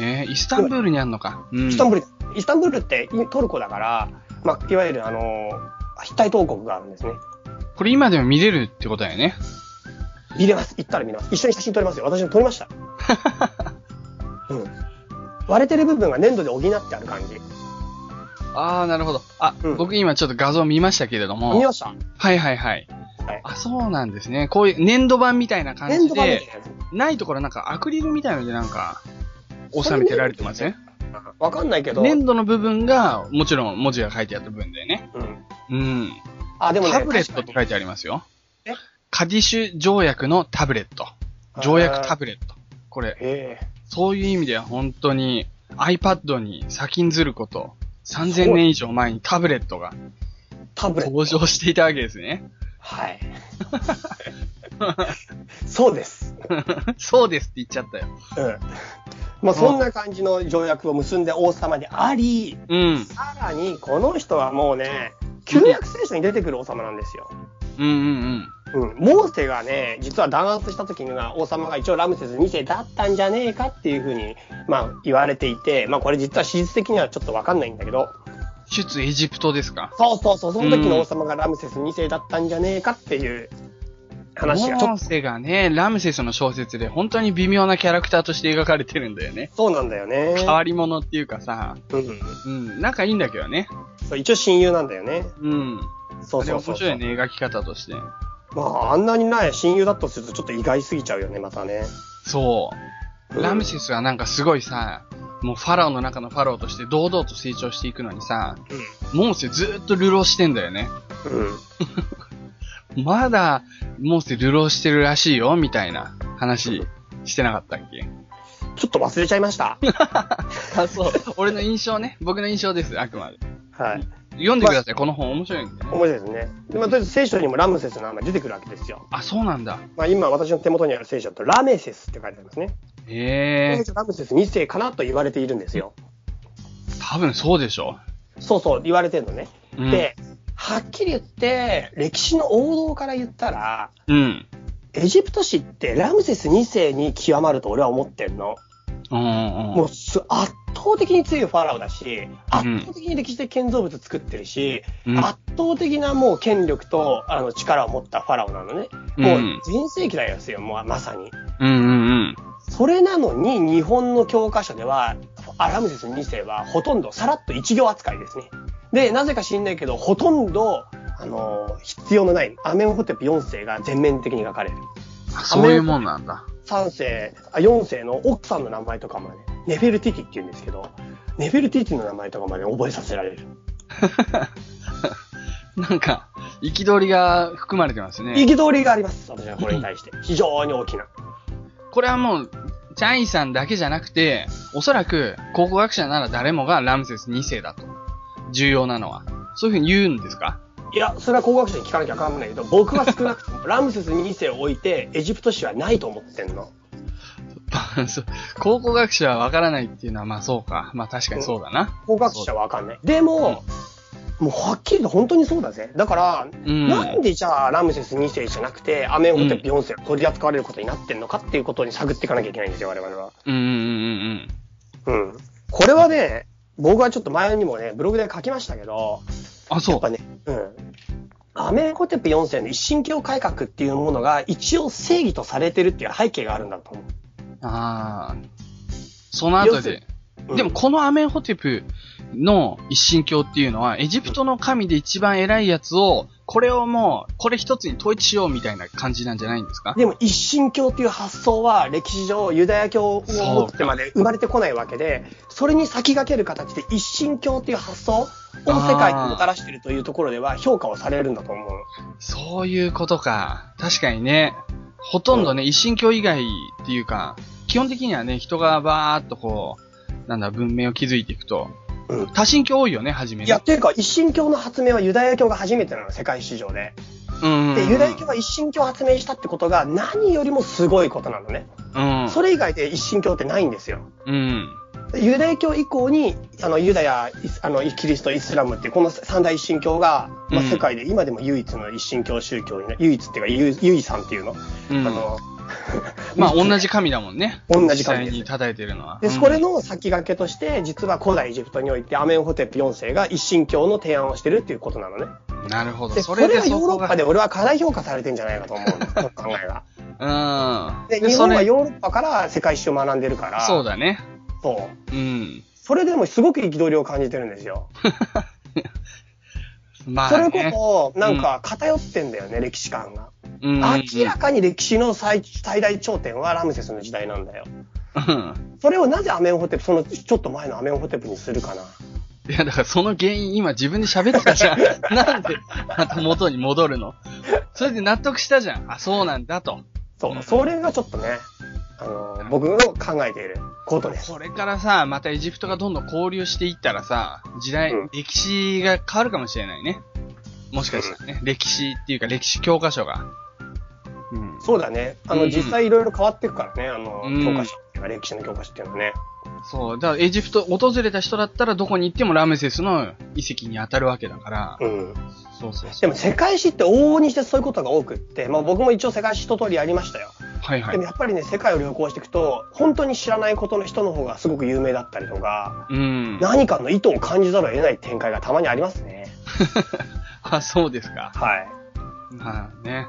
[SPEAKER 1] えー、イスタンブールにあんのか。うん。
[SPEAKER 3] イスタンブールイスタンブールっていトルコだから、まあ、いわゆるあのヒッタイト王国があるんですね。
[SPEAKER 1] これ今でも見れるってことだよね。
[SPEAKER 3] 見れます行ったら見れます一緒に写真撮りますよ私も撮り ました、うん、割れてる部分が粘土で補ってある感じ
[SPEAKER 1] ああ、なるほど。あ、
[SPEAKER 3] うん
[SPEAKER 1] 僕今ちょっと画像見ましたけれども。
[SPEAKER 3] 見ました
[SPEAKER 1] はいはいはい。あ、そうなんですね。こういう粘土板みたいな感
[SPEAKER 3] 粘
[SPEAKER 1] じ
[SPEAKER 3] 土板みたい
[SPEAKER 1] で、
[SPEAKER 3] なやつ
[SPEAKER 1] ないところなんかアクリルみたいのでなんか、収めてられてますね。
[SPEAKER 3] わかんないけど、
[SPEAKER 1] 粘土の部分が、もちろん文字が書いてあった部分だよね。
[SPEAKER 3] うん、
[SPEAKER 1] うん。
[SPEAKER 3] あでもね
[SPEAKER 1] タブレットっ
[SPEAKER 3] 確
[SPEAKER 1] て書
[SPEAKER 3] かに
[SPEAKER 1] いてありますよ
[SPEAKER 3] え。
[SPEAKER 1] カディシュ条約のタブレット。条約タブレット。これ、
[SPEAKER 3] ええ
[SPEAKER 1] そういう意味では本当に iPad に先んずること、3000年以上前にタブレットが
[SPEAKER 3] タブレット
[SPEAKER 1] 登場していたわけですね。
[SPEAKER 3] はい。そうです。
[SPEAKER 1] そうですって言っちゃったよ。
[SPEAKER 3] うん。まあ、そんな感じの条約を結んで王様であり、
[SPEAKER 1] うん。
[SPEAKER 3] さらにこの人はもうね、旧約聖書に出てくる王様なんですよ。
[SPEAKER 1] うんうん
[SPEAKER 3] うん。モーセがね、実は弾圧した時には王様が一応ラムセス2世だったんじゃねえかっていうふうに、まあ、言われていて、まあ、これ実は史実的にはちょっとわかんないんだけど、
[SPEAKER 1] うん。出エジプトですか
[SPEAKER 3] そうそうそう、その時の王様がラムセス2世だったんじゃねえかっていう話がちょ
[SPEAKER 1] モー
[SPEAKER 3] っと、
[SPEAKER 1] セがね、ラムセスの小説で本当に微妙なキャラクターとして描かれてるんだよね。
[SPEAKER 3] そうなんだよね。
[SPEAKER 1] 変わり者っていうかさ、
[SPEAKER 3] うん。
[SPEAKER 1] うん、仲いいんだけどね。
[SPEAKER 3] そう一応親友なんだよね。
[SPEAKER 1] うん。
[SPEAKER 3] そうそうそ
[SPEAKER 1] あれ
[SPEAKER 3] う
[SPEAKER 1] 面白いね、描き方として。
[SPEAKER 3] まあ、あんなにない親友だとするとちょっと意外すぎちゃうよね、またね。
[SPEAKER 1] そう。ラムセスはなんかすごいさ、もうファラオの中のファラオとして堂々と成長していくのにさ、モーセずーっと流浪してんだよね。
[SPEAKER 3] うん。うん。
[SPEAKER 1] まだ、モーセ流浪してるらしいよ、みたいな話してなかったっけ
[SPEAKER 3] ちょっと忘れちゃい ました。
[SPEAKER 1] あ、そう。 俺の印象ね。僕の印象です、あくまで。
[SPEAKER 3] はい。
[SPEAKER 1] 読んでください、この本面白いんでね。
[SPEAKER 3] 面白いですね。でまあ、とりあえず聖書にもラムセスの名前出てくるわけですよ。
[SPEAKER 1] あ、そうなんだ。
[SPEAKER 3] まあ、今私の手元にある聖書だとラメセスって書いてありますね。
[SPEAKER 1] へえ、
[SPEAKER 3] ラムセス2世かなと言われているんですよ。
[SPEAKER 1] 多分そうでしょ。
[SPEAKER 3] そうそう、言われてるのね。
[SPEAKER 1] うん
[SPEAKER 3] で、はっきり言って、歴史の王道から言ったら、
[SPEAKER 1] うん。
[SPEAKER 3] エジプト史ってラムセス2世に極まると俺は思ってんの。
[SPEAKER 1] うんうんう
[SPEAKER 3] も
[SPEAKER 1] ん。
[SPEAKER 3] うす圧倒的に強いファラオだし、圧倒的に歴史的建造物作ってるし、
[SPEAKER 1] うん
[SPEAKER 3] 圧倒的なもう権力とあの力を持ったファラオなのね。もう
[SPEAKER 1] うん
[SPEAKER 3] 全盛期だよですよ、もうまさに。
[SPEAKER 1] うんうん
[SPEAKER 3] それなのに日本の教科書では、アラムセス2世はほとんどさらっと一行扱いですね。で、なぜか知んないけど、ほとんど、あの、必要のないアメンホテプ4世が全面的に書かれる。
[SPEAKER 1] うん。あ、そういうもんなんだ。
[SPEAKER 3] 3世、あ4世の奥さんの名前とかまで、ネフェルティティって言うんですけど、ネフェルティティの名前とかまで覚えさせられる。
[SPEAKER 1] なんか、憤りが含まれてますね。
[SPEAKER 3] 憤りがあります、私はこれに対して。非常に大きな。
[SPEAKER 1] これはもう、チャイさんだけじゃなくて、おそらく、考古学者なら誰もがラムセス2世だと。重要なのは。そういうふうに言うんですか
[SPEAKER 3] いや、それは考学者に聞かなきゃわかんないけど、僕は少なくともラムセス2世を置いて、エジプト史はないと思ってんの。
[SPEAKER 1] まあそう考古学者はわからないっていうのは、まあそうか。まあ確かにそうだな。
[SPEAKER 3] 考学者はわかんない。でも、もうはっきりと本当にそうだぜ。だから、
[SPEAKER 1] うん
[SPEAKER 3] なんでじゃあラムセス2世じゃなくて、アメンホテプ4世を取り扱われることになってんのかっていうことに探っていかなきゃいけないんですよ、我々は。
[SPEAKER 1] うんうんうんうんうん。
[SPEAKER 3] うん。これはね、僕はちょっと前にもね、ブログで書きましたけど、
[SPEAKER 1] あ、
[SPEAKER 3] や
[SPEAKER 1] そ
[SPEAKER 3] っぱ
[SPEAKER 1] う。
[SPEAKER 3] ね、うん。アメンホテプ4世の一神教改革っていうものが一応正義とされてるっていう背景があるんだと思
[SPEAKER 1] ああ。その後
[SPEAKER 3] 要する
[SPEAKER 1] で。
[SPEAKER 3] う。うん
[SPEAKER 1] でも、このアメンホテプの一神教っていうのは、エジプトの神で一番偉いやつを、これをもう、これ一つに統一しようみたいな感じなんじゃないんですか
[SPEAKER 3] でも一神教っていう発想は歴史上ユダヤ教を持ってまで生まれてこないわけで、それに先駆ける形で一神教っていう発想を世界にもたらしてるというところでは評価をされるんだと思う。
[SPEAKER 1] そういうことか。確かにね。ほとんどね、一神教以外っていうか、基本的にはね、人がバーっとこう、なんだ、文明を築いていくと。
[SPEAKER 3] うん
[SPEAKER 1] 多神教多いよね、はじめね
[SPEAKER 3] いや、というか、一神教の発明はユダヤ教が初めてなの、世界史上で。
[SPEAKER 1] うんうんうん。
[SPEAKER 3] で、ユダヤ教が一神教を発明したってことが何よりもすごいことなのね。
[SPEAKER 1] うん。
[SPEAKER 3] それ以外で一神教ってないんですよ。
[SPEAKER 1] うん。
[SPEAKER 3] ユダヤ教以降に、あの、ユダヤ、イスあの、キリスト、イスラムっていう、この三大一神教が、まあ、
[SPEAKER 1] うん
[SPEAKER 3] 世界で今でも唯一の一神教宗教にな、唯一っていうか、ゆ唯一さんっていうの。
[SPEAKER 1] うん。
[SPEAKER 3] あの、
[SPEAKER 1] まあ、同じ神だもんね。
[SPEAKER 3] 同じ神です
[SPEAKER 1] 実際に叩いてるのは。
[SPEAKER 3] で、
[SPEAKER 1] うん
[SPEAKER 3] それの先駆けとして、実は古代エジプトにおいて、アメンホテプ4世が一神教の提案をしてるっていうことなのね。
[SPEAKER 1] なるほど。
[SPEAKER 3] で、
[SPEAKER 1] そ
[SPEAKER 3] そ
[SPEAKER 1] れで
[SPEAKER 3] れが
[SPEAKER 1] そ
[SPEAKER 3] ヨー
[SPEAKER 1] こ
[SPEAKER 3] ロッ
[SPEAKER 1] が
[SPEAKER 3] パ。で俺は過大評価されてんじゃないかと思うんです、その考え が。
[SPEAKER 1] うん。
[SPEAKER 3] で、
[SPEAKER 1] で
[SPEAKER 3] 日本は
[SPEAKER 1] それ
[SPEAKER 3] ヨーロッパから世界史を学んでるから、
[SPEAKER 1] そうだね。
[SPEAKER 3] そ
[SPEAKER 1] う
[SPEAKER 3] う。
[SPEAKER 1] ん。
[SPEAKER 3] それでもすごく憤りを感じてるんですよ。
[SPEAKER 1] ま
[SPEAKER 3] そ
[SPEAKER 1] あ、
[SPEAKER 3] れ
[SPEAKER 1] ね。
[SPEAKER 3] こそ、なんか偏ってんだよね、歴史観
[SPEAKER 1] うんうん
[SPEAKER 3] が。
[SPEAKER 1] うん
[SPEAKER 3] 明らかに歴史の最最大頂点はラムセスの時代なんだよ。
[SPEAKER 1] うん
[SPEAKER 3] それをなぜアメンホテプ、そのちょっと前のアメンホテプにするかな。
[SPEAKER 1] いや、だからその原因、今自分で喋ってたじゃ ん。なんで、また元に戻るの。それで納得したじゃん。あ、そうなんだと。
[SPEAKER 3] そう、
[SPEAKER 1] うん
[SPEAKER 3] それがちょっとね、あの、僕の考えていることです。
[SPEAKER 1] これからさ、またエジプトがどんどん交流していったらさ、時代、
[SPEAKER 3] うん
[SPEAKER 1] 歴史が変わるかもしれないね。もしかしたらね、歴史っていうか歴史教科書が。うん。
[SPEAKER 3] そうだね。あの、
[SPEAKER 1] うん
[SPEAKER 3] 実際いろいろ変わっていくからね、あの、
[SPEAKER 1] うん
[SPEAKER 3] 教科書っていうか、歴史の教科書っていうのはね。
[SPEAKER 1] そう。だからエジプト、訪れた人だったらどこに行ってもラメセスの遺跡に当たるわけだから。
[SPEAKER 3] うん。
[SPEAKER 1] そうそうそ
[SPEAKER 3] で
[SPEAKER 1] う。
[SPEAKER 3] も世界史って往々にしてそういうことが多くって、まあ僕も一応世界史一通りやりましたよ。
[SPEAKER 1] はいは
[SPEAKER 3] でも
[SPEAKER 1] い。
[SPEAKER 3] やっぱりね、世界を旅行していくと、本当に知らないことの人の方がすごく有名だったりとか、
[SPEAKER 1] うん。
[SPEAKER 3] 何かの意図を感じざるを得ない展開がたまにありますね。
[SPEAKER 1] あ、そうですか。
[SPEAKER 3] はい。
[SPEAKER 1] まあね。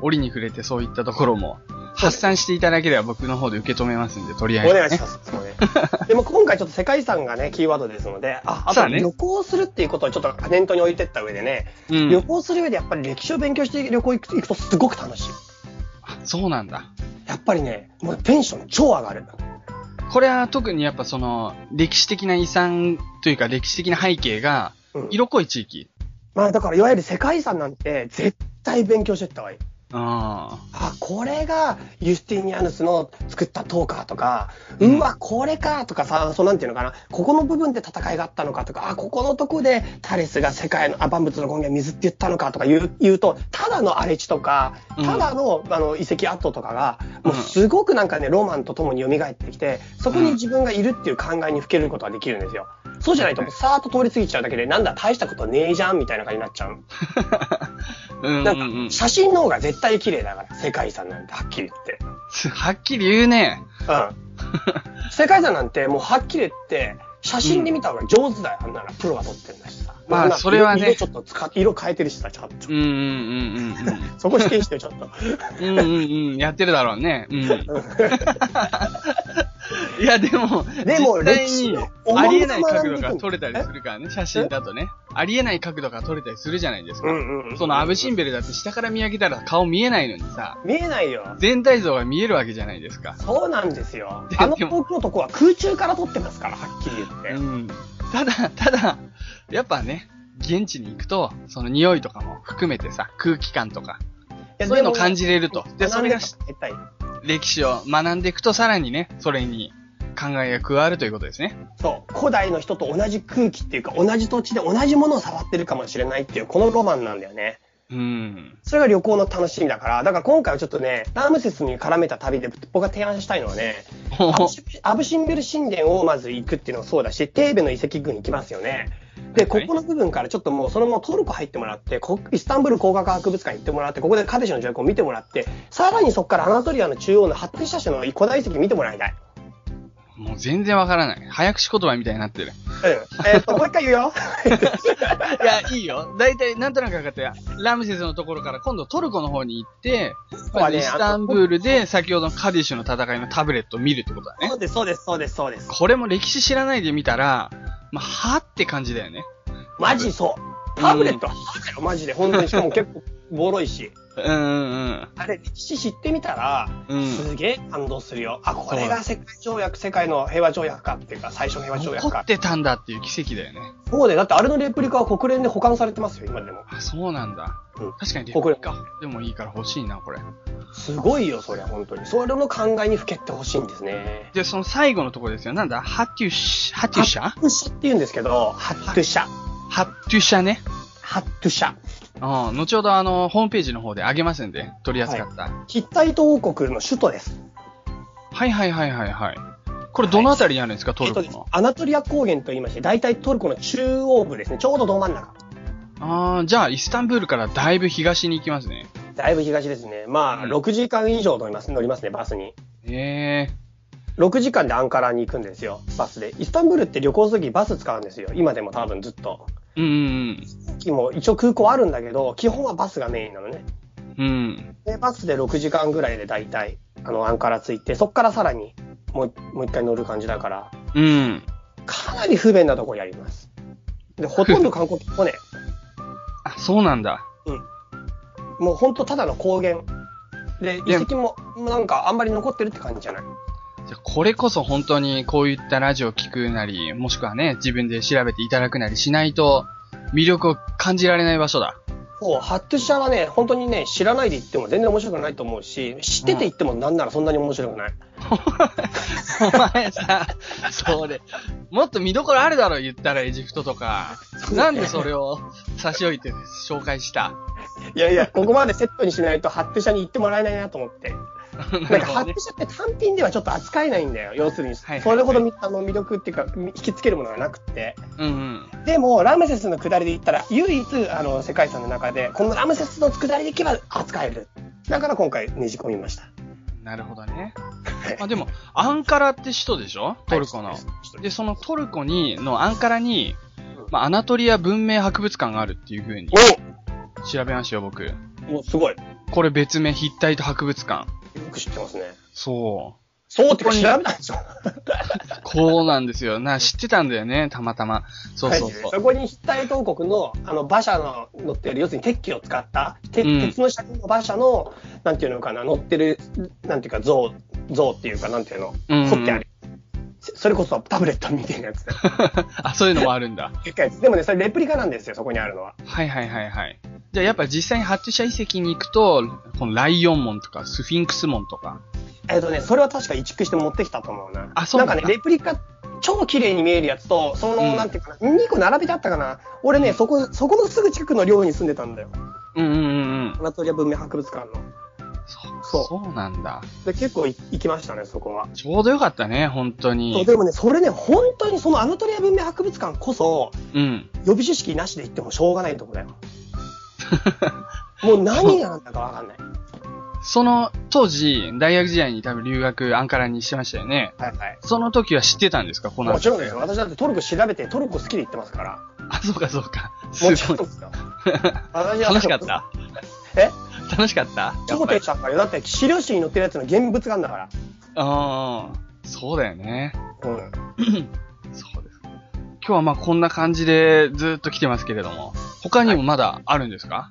[SPEAKER 1] 折に触れてそういったところも発散していただければ僕の方で受け止めますんで、とりあえ
[SPEAKER 3] お
[SPEAKER 1] ず、
[SPEAKER 3] 願い します。そうねでも今回ちょっと世界遺産がね、キーワードですので、あ、あ
[SPEAKER 1] そう
[SPEAKER 3] と
[SPEAKER 1] だね
[SPEAKER 3] 旅行するっていうことをちょっと念頭に置いてった上でね、
[SPEAKER 1] うん
[SPEAKER 3] 旅行する上でやっぱり歴史を勉強して旅行行く行くとすごく楽しい。
[SPEAKER 1] あそうなんだ。
[SPEAKER 3] やっぱりね、もうテンション超上がる。
[SPEAKER 1] これは特にやっぱその、歴史的な遺産というか歴史的な背景が、
[SPEAKER 3] うん
[SPEAKER 1] 色濃い地域。
[SPEAKER 3] まあだからいわゆる世界遺産なんて絶対勉強してった方がいい。
[SPEAKER 1] あ
[SPEAKER 3] あ、これがユスティニアヌスの作った塔かとか、
[SPEAKER 1] う
[SPEAKER 3] うんわ、これかとかさ、そうなんていうのかな、ここの部分で戦いがあったのかとか、あ、ここのとこでタレスが世界の、あ、万物の根源は水って言ったのかとか言う言うと、ただの荒れ地とか、
[SPEAKER 1] うん
[SPEAKER 3] ただの,、あの遺跡跡とかが、もううんすごくなんかね、ロマンとともに蘇ってきて、そこに自分がいるっていう考えにふけることができるんですよ。そうじゃないと、さーっと通り過ぎちゃうだけで、なんだ、大したことねえじゃんみたいな感じになっちゃう。
[SPEAKER 1] あ。うん、
[SPEAKER 3] な
[SPEAKER 1] うんん
[SPEAKER 3] か、写真の方が絶対綺麗だから、世界遺産なんて、はっきり言って。
[SPEAKER 1] うん。はっきり言うね。
[SPEAKER 3] うん。世界遺産なんて、もうはっきり言って、写真で見た方が上手だよ、あんなら。プロが撮ってんだしさ。
[SPEAKER 1] まあ
[SPEAKER 3] んな
[SPEAKER 1] それはね
[SPEAKER 3] 色ちょっと使っ色変えてるしさ、ちょっと。
[SPEAKER 1] うんうんうん
[SPEAKER 3] そこ否定してよ、ちょっと。
[SPEAKER 1] うんうん。うんうんうん。やってるだろうね。 うん。いや、でも、
[SPEAKER 3] でも
[SPEAKER 1] 実際
[SPEAKER 3] 歴史
[SPEAKER 1] に
[SPEAKER 3] の、
[SPEAKER 1] あ
[SPEAKER 3] 重
[SPEAKER 1] りえ
[SPEAKER 3] み
[SPEAKER 1] な
[SPEAKER 3] が
[SPEAKER 1] い
[SPEAKER 3] 学
[SPEAKER 1] 角
[SPEAKER 3] ん
[SPEAKER 1] 度
[SPEAKER 3] でいく
[SPEAKER 1] が
[SPEAKER 3] の
[SPEAKER 1] 撮れたりするからね。写真だとね。ありえない角度が撮れたりするじゃないですか。
[SPEAKER 3] うんうん。
[SPEAKER 1] そのアブシンベルだって下から見上げたら顔見えないのにさ、
[SPEAKER 3] 見えないよ。
[SPEAKER 1] 全体像が見えるわけじゃないですか。
[SPEAKER 3] そうなんですよ
[SPEAKER 1] で。
[SPEAKER 3] あの
[SPEAKER 1] でも
[SPEAKER 3] 遠くのとこは空中から撮ってますから、はっきり言って。
[SPEAKER 1] うん。ただ、ただ、やっぱね、現地に行くと、その匂いとかも含めてさ、空気感とか、そういうのを感じれると。で、それが
[SPEAKER 3] 絶対。
[SPEAKER 1] 歴史を学んでいくと、さらにね、それに考えが加わるということですね。
[SPEAKER 3] そう古代の人と同じ空気っていうか同じ土地で同じものを触ってるかもしれないっていうこのロマンなんだよね
[SPEAKER 1] うん。
[SPEAKER 3] それが旅行の楽しみだからだから今回はちょっとねラムセスに絡めた旅で僕が提案したいのはね
[SPEAKER 1] ほ
[SPEAKER 3] ア
[SPEAKER 1] ほ
[SPEAKER 3] ブシアブシンベル神殿をまず行くっていうのもそうだしテーベの遺跡群行きますよねで、
[SPEAKER 1] は
[SPEAKER 3] こ
[SPEAKER 1] い
[SPEAKER 3] この部分からちょっともうそのままトルコ入ってもらって、こイスタンブール工学博物館行ってもらって、ここでカデシュの条項を見てもらって、さらにそこからアナトリアの中央のハッテシャシュの古代遺跡見てもらいたい。
[SPEAKER 1] もう全然わからない。早口言葉みたいになってる。
[SPEAKER 3] えっと、もう一回言うよ。
[SPEAKER 1] いや、いいよ。だいたい、なんとなく分かったよ。ラムセスのところから今度トルコの方に行って、
[SPEAKER 3] まあね
[SPEAKER 1] イスタンブールで先ほどのカディシュの戦いのタブレットを見るってことだね
[SPEAKER 3] そ。うです、そうです、そうです、そうです。
[SPEAKER 1] これも歴史知らないで見たら、まあ、はって感じだよね。
[SPEAKER 3] マジそう。タブレット、歯だよ、マジで。本当に。しかも結構、ボロいし。
[SPEAKER 1] うんうん
[SPEAKER 3] あれ、歴史知ってみたら、
[SPEAKER 1] うん。うん。
[SPEAKER 3] すげえ感動するよ。あ、これが世界条約、世界の平和条約かっていうか、最初の平和条約
[SPEAKER 1] 残
[SPEAKER 3] か
[SPEAKER 1] っ。てたんだっていう奇跡だよね。
[SPEAKER 3] そうで、だってあれのレプリカは国連で保管されてますよ、今でも。
[SPEAKER 1] あ、そうなんだ。
[SPEAKER 3] うん
[SPEAKER 1] 確かにレ
[SPEAKER 3] こ
[SPEAKER 1] プ
[SPEAKER 3] れ
[SPEAKER 1] リカでもいいから欲しいな、これ。
[SPEAKER 3] すごいよ、そりゃ、本当に。それの考えにふけってほしいんですね。
[SPEAKER 1] で、その最後のところですよ。なんだハットゥシャ、ハットゥシャ
[SPEAKER 3] ハットゥシャって言うんですけど、ハットゥシャ。
[SPEAKER 1] ハットゥシャね。
[SPEAKER 3] ハットゥシャ。
[SPEAKER 1] うん。後ほどあの、ホームページの方で上げますんで、取り扱った。
[SPEAKER 3] ヒッタイト王国の首都です。
[SPEAKER 1] はいはいはいはいはい。これどのあたりにあるんですか、トルコ
[SPEAKER 3] えっとです
[SPEAKER 1] の。
[SPEAKER 3] アナトリア高原と言いまして、大体トルコの中央部ですね。ちょうどど真ん中。
[SPEAKER 1] ああ、じゃあイスタンブールからだいぶ東に行きますね。
[SPEAKER 3] だいぶ東ですね。まあ、
[SPEAKER 1] うん
[SPEAKER 3] 6時間以上乗ります、乗りますね、バスに。
[SPEAKER 1] ええ
[SPEAKER 3] 6時間でアンカラに行くんですよ、バスで。イスタンブールって旅行するときバス使うんですよ。今でも多分ずっと。
[SPEAKER 1] うんうん
[SPEAKER 3] 飛行機も一応空港あるんだけど、基本はバスがメインなのね。
[SPEAKER 1] うん。うん。
[SPEAKER 3] で、バスで6時間ぐらいで大体、あの、アンカラ着いて、そっからさらに、もう、もう一回乗る感じだから、
[SPEAKER 1] うん。
[SPEAKER 3] かなり不便なとこにあります。で、ほとんど観光客来ね
[SPEAKER 1] あ、そうなんだ。
[SPEAKER 3] え。もうほんとただの高原。で、遺
[SPEAKER 1] で
[SPEAKER 3] 跡も、なんかあんまり残ってるって感じじゃない。
[SPEAKER 1] じゃあこれこそ本当にこういったラジオを聞くなり、もしくはね、自分で調べていただくなりしないと、魅力を感じられない場所だ。
[SPEAKER 3] そう、ハットゥシャはね、本当にね、知らないで行っても全然面白くないと思うし、知ってて行ってもなんならそんなに面白くない。
[SPEAKER 1] お前さ、それ、もっと見どころあるだろ、言ったらエジプトとか。なんでそれを差し置いて紹介した。
[SPEAKER 3] いやいや、ここまでセットにしないと、ハットゥシャに行ってもらえないなと思って。なんか、ハットゥシャって単品ではちょっと扱えないんだよ。要するに、そ
[SPEAKER 1] はいはい
[SPEAKER 3] れほどみあの魅力っていうか、み引きつけるものがなくって。
[SPEAKER 1] うんうん。
[SPEAKER 3] でも、ラムセスの下りで言ったら、唯一、あの、世界遺産の中で、このラムセスの下りで行けば扱える。だから今回、ねじ込みました。
[SPEAKER 1] なるほどね。まあでも、アンカラって首都でしょトルコの
[SPEAKER 3] はい。
[SPEAKER 1] で、そのトルコに、のアンカラに
[SPEAKER 3] うん、
[SPEAKER 1] まあ、アナトリア文明博物館があるっていう風に調べましたよ、僕。
[SPEAKER 3] おもうすごい。
[SPEAKER 1] これ別名、ヒッタイト博物館。
[SPEAKER 3] よく知ってますね。
[SPEAKER 1] そ
[SPEAKER 3] そうって
[SPEAKER 1] こ
[SPEAKER 3] か
[SPEAKER 1] こに
[SPEAKER 3] 調べたんでしょ
[SPEAKER 1] う。こうなんですよ。な、知ってたんだよね、たまたま。そうそう
[SPEAKER 3] はい
[SPEAKER 1] そ。
[SPEAKER 3] そうこにヒッタイト王国の、あの、馬車の乗ってる、要するに鉄器を使った、鉄
[SPEAKER 1] うん
[SPEAKER 3] 鉄の車輪の馬車の、なんていうのかな、乗ってる、なんていうか、像、像っていうか、なんていうの、
[SPEAKER 1] うんうん
[SPEAKER 3] 彫ってある。そそれこそタブレットみたいな やつ。
[SPEAKER 1] あ、そういうのもあるんだ。
[SPEAKER 3] でっかいやつでもね、それレプリカなんですよ、そこにあるのは。
[SPEAKER 1] はいはいはいはい。じゃあやっぱ実際にハット社遺跡に行くと、このライオン門とかスフィンクス門とか。
[SPEAKER 3] えっ、とね、それは確か移築して持ってきたと思うな。
[SPEAKER 1] あそうなんだ
[SPEAKER 3] かね、レプリカ、超綺麗に見えるやつと、その、
[SPEAKER 1] うん
[SPEAKER 3] なんていうかな、2個並べてあったかな。俺ね、そこ、そこのすぐ近くの寮に住んでたんだよ。
[SPEAKER 1] うんうんうんうん
[SPEAKER 3] ア。ナトリア文明博物館の。
[SPEAKER 1] そ
[SPEAKER 3] そう
[SPEAKER 1] う。そうなんだ。
[SPEAKER 3] で、結構い行きましたね、そこは。
[SPEAKER 1] ちょうどよかったね、本当
[SPEAKER 3] そう
[SPEAKER 1] に。
[SPEAKER 3] でもね、それね、本当にそのアナトリア文明博物館こそ、
[SPEAKER 1] うん。
[SPEAKER 3] 予備知識なしで行ってもしょうがないとこだよ。もう何がなんだかわ かんない。
[SPEAKER 1] その当時、大学時代に多分留学アンカラにしてましたよね。
[SPEAKER 3] はいはい。
[SPEAKER 1] その時は知ってたんですかこの
[SPEAKER 3] もちろんです
[SPEAKER 1] よ。
[SPEAKER 3] よ。私だってトルコ調べて、トルコ好きで行ってますから。
[SPEAKER 1] あ、そうかそうか。す
[SPEAKER 3] も
[SPEAKER 1] ごい。
[SPEAKER 3] ちろんですよ。私は
[SPEAKER 1] 楽しかった
[SPEAKER 3] え
[SPEAKER 1] 楽しかった
[SPEAKER 3] 超テンション上がるよ。だって資料室に載ってるやつの現物があるんだか
[SPEAKER 1] ああ、そうだよね。
[SPEAKER 3] ら。うん。
[SPEAKER 1] そうです。今日はまあこんな感じでずっと来てますけれども、他にもまだあるんですか、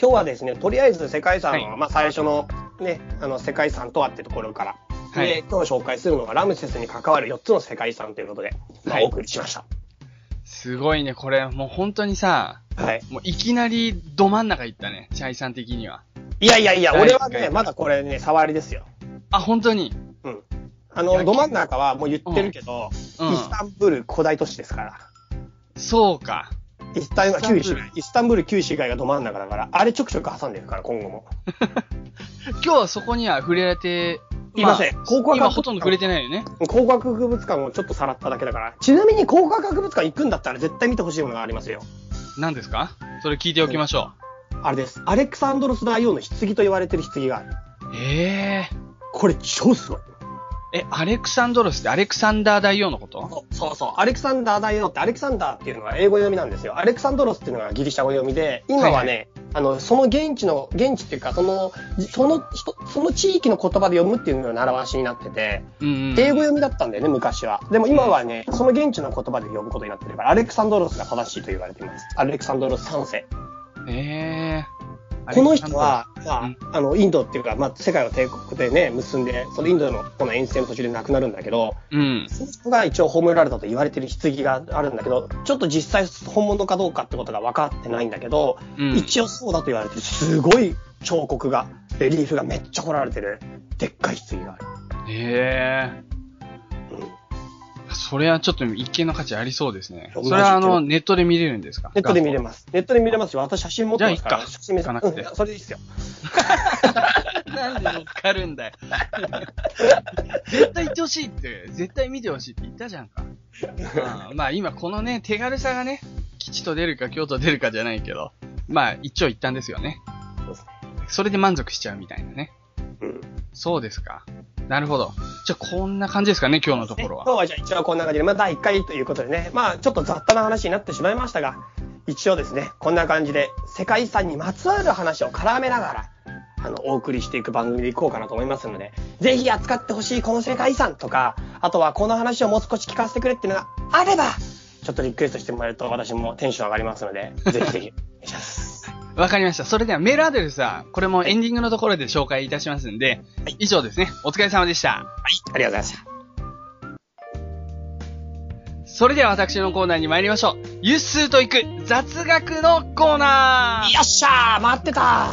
[SPEAKER 3] 今日はですね、とりあえず世界遺産の、
[SPEAKER 1] は
[SPEAKER 3] まあ最初のね、あの世界遺産とはってところから。
[SPEAKER 1] はい
[SPEAKER 3] で、今日紹介するのがラムセスに関わる4つの世界遺産ということで、ま
[SPEAKER 1] は
[SPEAKER 3] あ、
[SPEAKER 1] い
[SPEAKER 3] お送りしました。
[SPEAKER 1] すごいね、これ、もう本当にさ、
[SPEAKER 3] はい。
[SPEAKER 1] もういきなりど真ん中行ったね、チャイさん的には。
[SPEAKER 3] いやいやいや、
[SPEAKER 1] はい
[SPEAKER 3] 俺は
[SPEAKER 1] は
[SPEAKER 3] ね、
[SPEAKER 1] い
[SPEAKER 3] まだこれね、触りですよ。
[SPEAKER 1] あ、本当に。
[SPEAKER 3] うん。あ
[SPEAKER 1] い
[SPEAKER 3] の、
[SPEAKER 1] や
[SPEAKER 3] ど真ん中はもう言ってるけど、
[SPEAKER 1] うんうん
[SPEAKER 3] イスタンブール古代都市ですから。
[SPEAKER 1] そうか。
[SPEAKER 3] イスタン
[SPEAKER 1] イスタンブール
[SPEAKER 3] 旧市街イスタンブール旧市街がど真ん中だから、あれちょくちょく挟んでるから、今後も。
[SPEAKER 1] 今日はそこには触れられて、
[SPEAKER 3] いません
[SPEAKER 1] あ
[SPEAKER 3] 考古学
[SPEAKER 1] 今ほとんど触れてないよね。
[SPEAKER 3] 考古学博物館をちょっとさらっただけだから。ちなみに考古学博物館行くんだったら絶対見てほしいものがありますよ。
[SPEAKER 1] 何ですかそれ聞いておきましょ
[SPEAKER 3] あれです。アレクサンドロス大王の棺と言われてる棺がある。
[SPEAKER 1] う。ええ
[SPEAKER 3] これ超すごい。
[SPEAKER 1] え、アレクサンドロスってアレクサンダー大王のこと
[SPEAKER 3] そうそうそう。アレクサンダー大王って、アレクサンダーっていうのは英語読みなんですよ。アレクサンドロスっていうのがギリシャ語読みで、今はね、あの、その現地の、現地っていうか、その、その人、その地域の言葉で読むっていうのが習わしになってて、
[SPEAKER 1] うんうん。
[SPEAKER 3] 英語読みだったんだよね、昔は。でも今はね、その現地の言葉で読むことになってるから、アレクサンドロスが正しいと言われています。アレクサンドロス3世。
[SPEAKER 1] えー。
[SPEAKER 3] この人は、
[SPEAKER 1] う
[SPEAKER 3] ま
[SPEAKER 1] ん
[SPEAKER 3] あ、あの、インドっていうか、まあ、世界を帝国でね、結んで、そのインドのこの遠征の途中で亡くなるんだけど、
[SPEAKER 1] アレクサンドロス、うん。
[SPEAKER 3] その人が一応葬られたと言われてる棺があるんだけど、ちょっと実際本物かどうかってことが分かってないんだけど、
[SPEAKER 1] うん
[SPEAKER 3] 一応そうだと言われてる、すごい彫刻が、レリーフがめっちゃ彫られてる、でっかい棺がある。
[SPEAKER 1] ええ
[SPEAKER 3] うん
[SPEAKER 1] ー。それはちょっと一見の価値ありそうですね。
[SPEAKER 3] 同
[SPEAKER 1] そ
[SPEAKER 3] じ
[SPEAKER 1] れはあの、ネットで見れるんですか
[SPEAKER 3] ネットで見れ
[SPEAKER 1] る。
[SPEAKER 3] ます。ネットで見れますし、私写真持ってますから、
[SPEAKER 1] じゃあいっか
[SPEAKER 3] 写真見せ
[SPEAKER 1] 行かなくて
[SPEAKER 3] うんそれでいいっすよ。
[SPEAKER 1] なんで乗っかるんだよ。絶対行ってほしいって、絶対見てほしいって言ったじゃんか。うんまあ今このね、手軽さがね、吉と出るか京都出るかじゃないけど、まあ一長一短ですよね。
[SPEAKER 3] そうですね
[SPEAKER 1] それで満足しちゃうみたいなね。
[SPEAKER 3] うん
[SPEAKER 1] そうですか。なるほど。じゃあこんな感じですかね、今日のところ
[SPEAKER 3] 今
[SPEAKER 1] は。
[SPEAKER 3] 日はじゃあ一応こんな感じで、まあ第1回ということでね、まあちょっと雑多な話になってしまいましたが、一応ですね、こんな感じで世界遺産にまつわる話を絡めながら、あの、お送りしていく番組でいこうかなと思いますので、ぜひ扱ってほしいこの世界遺産とか、あとはこの話をもう少し聞かせてくれっていうのがあれば、ちょっとリクエストしてもらえると私もテンション上がりますの で、ぜひぜひ、お願いします。
[SPEAKER 1] わかりました。それではメールアドレスは、これもエンディングのところで紹介いたしますんで、以上ですね。お疲れ様でした。
[SPEAKER 3] はい、ありがとうございました。
[SPEAKER 1] それでは私のコーナーに参りましょう。ゆっすーと行く雑学のコーナー
[SPEAKER 3] よっしゃー待ってた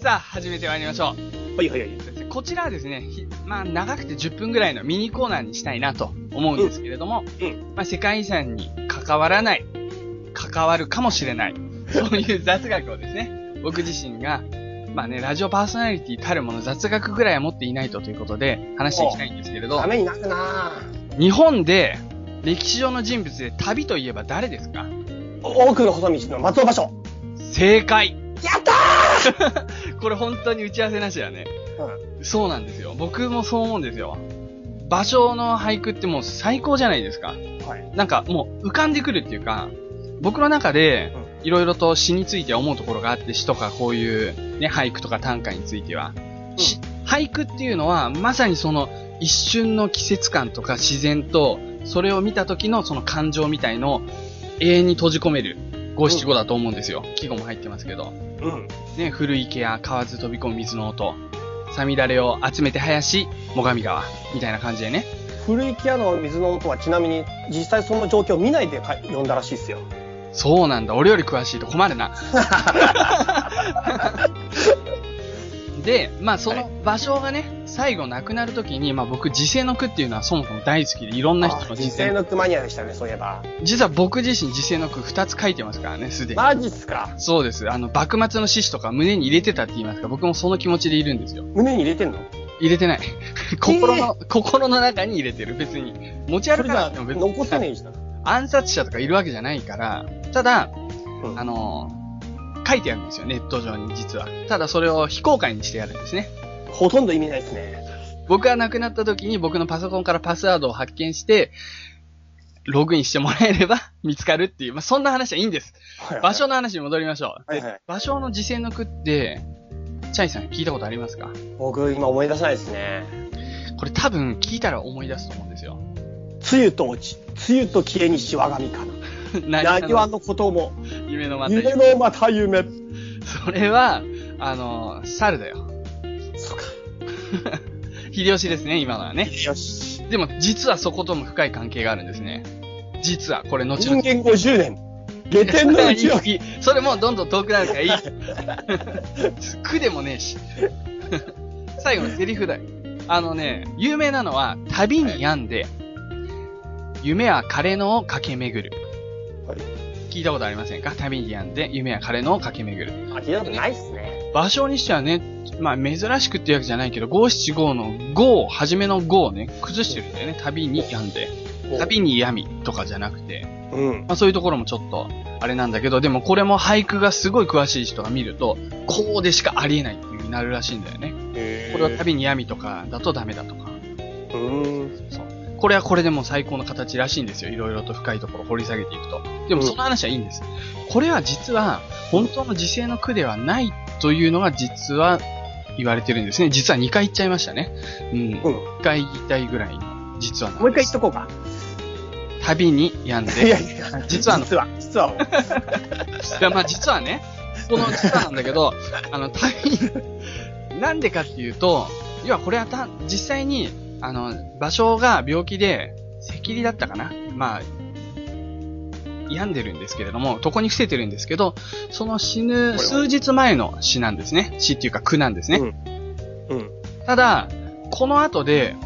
[SPEAKER 1] さあ、始めて参りましょう。
[SPEAKER 3] ほいほいほい。
[SPEAKER 1] こちらはですね、ひまあ長くて10分ぐらいのミニコーナーにしたいなと思うんですけれども、
[SPEAKER 3] うん。
[SPEAKER 1] まあ世界遺産に関わらない、関わるかもしれない、そういう雑学をですね、 僕自身が、まあね、ラジオパーソナリティたるもの雑学ぐらいは持っていないとということで話していきたいんですけれど
[SPEAKER 3] ダ、メになるな
[SPEAKER 1] 日本で歴史上の人物で旅といえば誰ですか
[SPEAKER 3] 多くの細道の松尾場所。
[SPEAKER 1] 正解
[SPEAKER 3] やった
[SPEAKER 1] これ本当に打ち合わせなしだね。
[SPEAKER 3] ー、
[SPEAKER 1] そうなんですよ。僕もそう思うんですよ。芭蕉の俳句ってもう最高じゃないですか。
[SPEAKER 3] はい。
[SPEAKER 1] なんかもう浮かんでくるっていうか、僕の中でいろいろと詩について思うところがあって、詩とかこういうね、俳句とか短歌については。し俳句っていうのはまさにその一瞬の季節感とか自然と、それを見た時のその感情みたいのを永遠に閉じ込める五七五だと思うんですよ。季語も入ってますけど。
[SPEAKER 3] うん。
[SPEAKER 1] ね、古池や河津飛び込む水の音、さみだれを集めて林、最上川、みたいな感じでね。
[SPEAKER 3] 古池屋の水の音はちなみに実際その状況を見ないでか読んだらしいっすよ。
[SPEAKER 1] そうなんだ、俺より詳しいと困る な。で、まあその場所がね、最後亡くなるときに、まあ僕、自世の句っていうのはそもそも大好きで、いろんな人の自
[SPEAKER 3] 実際
[SPEAKER 1] 世
[SPEAKER 3] のマニアでしたね、そういえば。
[SPEAKER 1] 実は僕自身自世の句2つ書いてますからね、すでに。
[SPEAKER 3] マジっすか
[SPEAKER 1] そうです。あの、幕末の志士とか胸に入れてたって言いますか、僕もその気持ちでいるんですよ。
[SPEAKER 3] 胸に入れてんの
[SPEAKER 1] 入れてない。心の、心の中に入れてる、別に。持ち
[SPEAKER 3] そ
[SPEAKER 1] 歩
[SPEAKER 3] れ
[SPEAKER 1] か
[SPEAKER 3] じ
[SPEAKER 1] な
[SPEAKER 3] ゃ
[SPEAKER 1] くても別に。
[SPEAKER 3] 残せねえじゃん。
[SPEAKER 1] 暗殺者とかいるわけじゃないから、ただ、
[SPEAKER 3] うん
[SPEAKER 1] あのー書いてあるんですよ、ネット上に実は。ただそれを非公開にしてやるんですね。
[SPEAKER 3] ほとんど意味ないっすね。
[SPEAKER 1] 僕が亡くなった時に僕のパソコンからパスワードを発見して、ログインしてもらえれば 見つかるっていう、まあ、そんな話はいいんです。場所の話に戻りましょう。
[SPEAKER 3] はいはい
[SPEAKER 1] 場所の時世の句って、チャイさん聞いたことありますか
[SPEAKER 3] 僕今思い出せないですね。
[SPEAKER 1] これ多分聞いたら思い出すと思うんですよ。
[SPEAKER 3] 梅雨と落ち、梅雨と消えにし我が身かな。な
[SPEAKER 1] 何
[SPEAKER 3] にわのことも、
[SPEAKER 1] 夢のまた
[SPEAKER 3] 夢のまた夢。
[SPEAKER 1] それは、あの、猿だよ。
[SPEAKER 3] そうか。
[SPEAKER 1] 秀吉ですね、今のはね。
[SPEAKER 3] よし。
[SPEAKER 1] でも、実はそことも深い関係があるんですね。実は、これ、後
[SPEAKER 3] 人
[SPEAKER 1] 々。。
[SPEAKER 3] 間50年。下天のうちを
[SPEAKER 1] いいいい それもうどんどん遠くなるか らいい。苦でもねえし。最後のセリフだよ。あのね、有名なのは、旅に病んで、夢は枯れ野を駆け巡る。
[SPEAKER 3] はい
[SPEAKER 1] 聞いたことありませんか旅に病んで、夢は枯れ野を駆け巡る。
[SPEAKER 3] あ、聞いたことないっすね。
[SPEAKER 1] 場所にしてはね、まあ珍しくってわけじゃないけど、五七五の五を、初めの五をね、崩してるんだよね。旅に病んで。旅に病みとかじゃなくて、
[SPEAKER 3] うん。
[SPEAKER 1] まあそういうところもちょっと、あれなんだけど、でもこれも俳句がすごい詳しい人が見ると、こうでしかありえないっていう風になるらしいんだよね。
[SPEAKER 3] こ
[SPEAKER 1] これは旅に病みとかだとダメだとか。
[SPEAKER 3] うーん。
[SPEAKER 1] そう。これはこれでもう最高の形らしいんですよ。いろいろと深いところを掘り下げていくと。でも
[SPEAKER 3] うん
[SPEAKER 1] その話はいいんです。これは実は、本当の時世の句ではないというのが実は言われてるんですね。実は2回言っちゃいましたね。うん。
[SPEAKER 3] うん。
[SPEAKER 1] 1回言いたいぐらいの、実はなんです
[SPEAKER 3] もう一回言っとこうか。
[SPEAKER 1] 旅に病ん
[SPEAKER 3] いや
[SPEAKER 1] で。
[SPEAKER 3] いや、
[SPEAKER 1] 実はあの
[SPEAKER 3] 実は、実はを。
[SPEAKER 1] いや、まあ実はね、この実はなんだけど、あの、旅に、なんでかっていうと、要はこれはた、実際に、あの、場所が病気で、赤痢だったかなまあ、病んでるんですけれども、床に伏せてるんですけど、その死ぬ数日前の死なんですね。死っていうか苦なんですね。
[SPEAKER 3] うん。
[SPEAKER 1] ただ、この後で、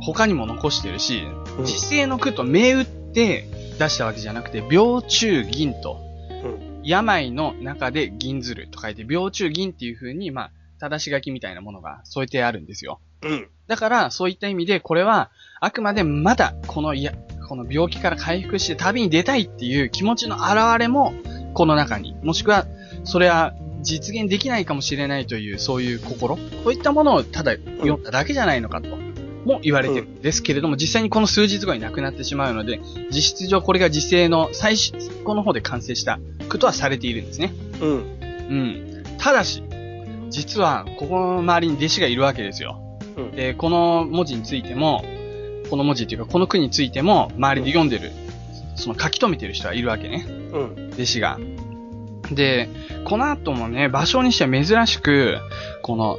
[SPEAKER 1] 他にも残してるし、
[SPEAKER 3] うん
[SPEAKER 1] 時世の句と銘打って出したわけじゃなくて、病中銀と、
[SPEAKER 3] うん
[SPEAKER 1] 病の中で銀ずると書いて、病中銀っていう風に、まあ、正し書きみたいなものが添えてあるんですよ。
[SPEAKER 3] うん。
[SPEAKER 1] だから、そういった意味で、これは、あくまでまだ、この、いや、この病気から回復して旅に出たいっていう気持ちの表れも、この中に、もしくは、それは実現できないかもしれないという、そういう心、そういったものをただ読んだだけじゃないのかと、も言われてるんですけれども、実際にこの数日後に亡くなってしまうので、実質上これが時世の最後の方で完成したことはされているんですね。
[SPEAKER 3] うん。
[SPEAKER 1] うん。ただし、実は、ここの周りに弟子がいるわけですよ。
[SPEAKER 3] うん
[SPEAKER 1] で、この文字についても、この文字っていうか、この句についても、周りで読んでる、その書き留めてる人はいるわけね。
[SPEAKER 3] うん。
[SPEAKER 1] 弟子が。で、この後もね、場所にしては珍しく、この、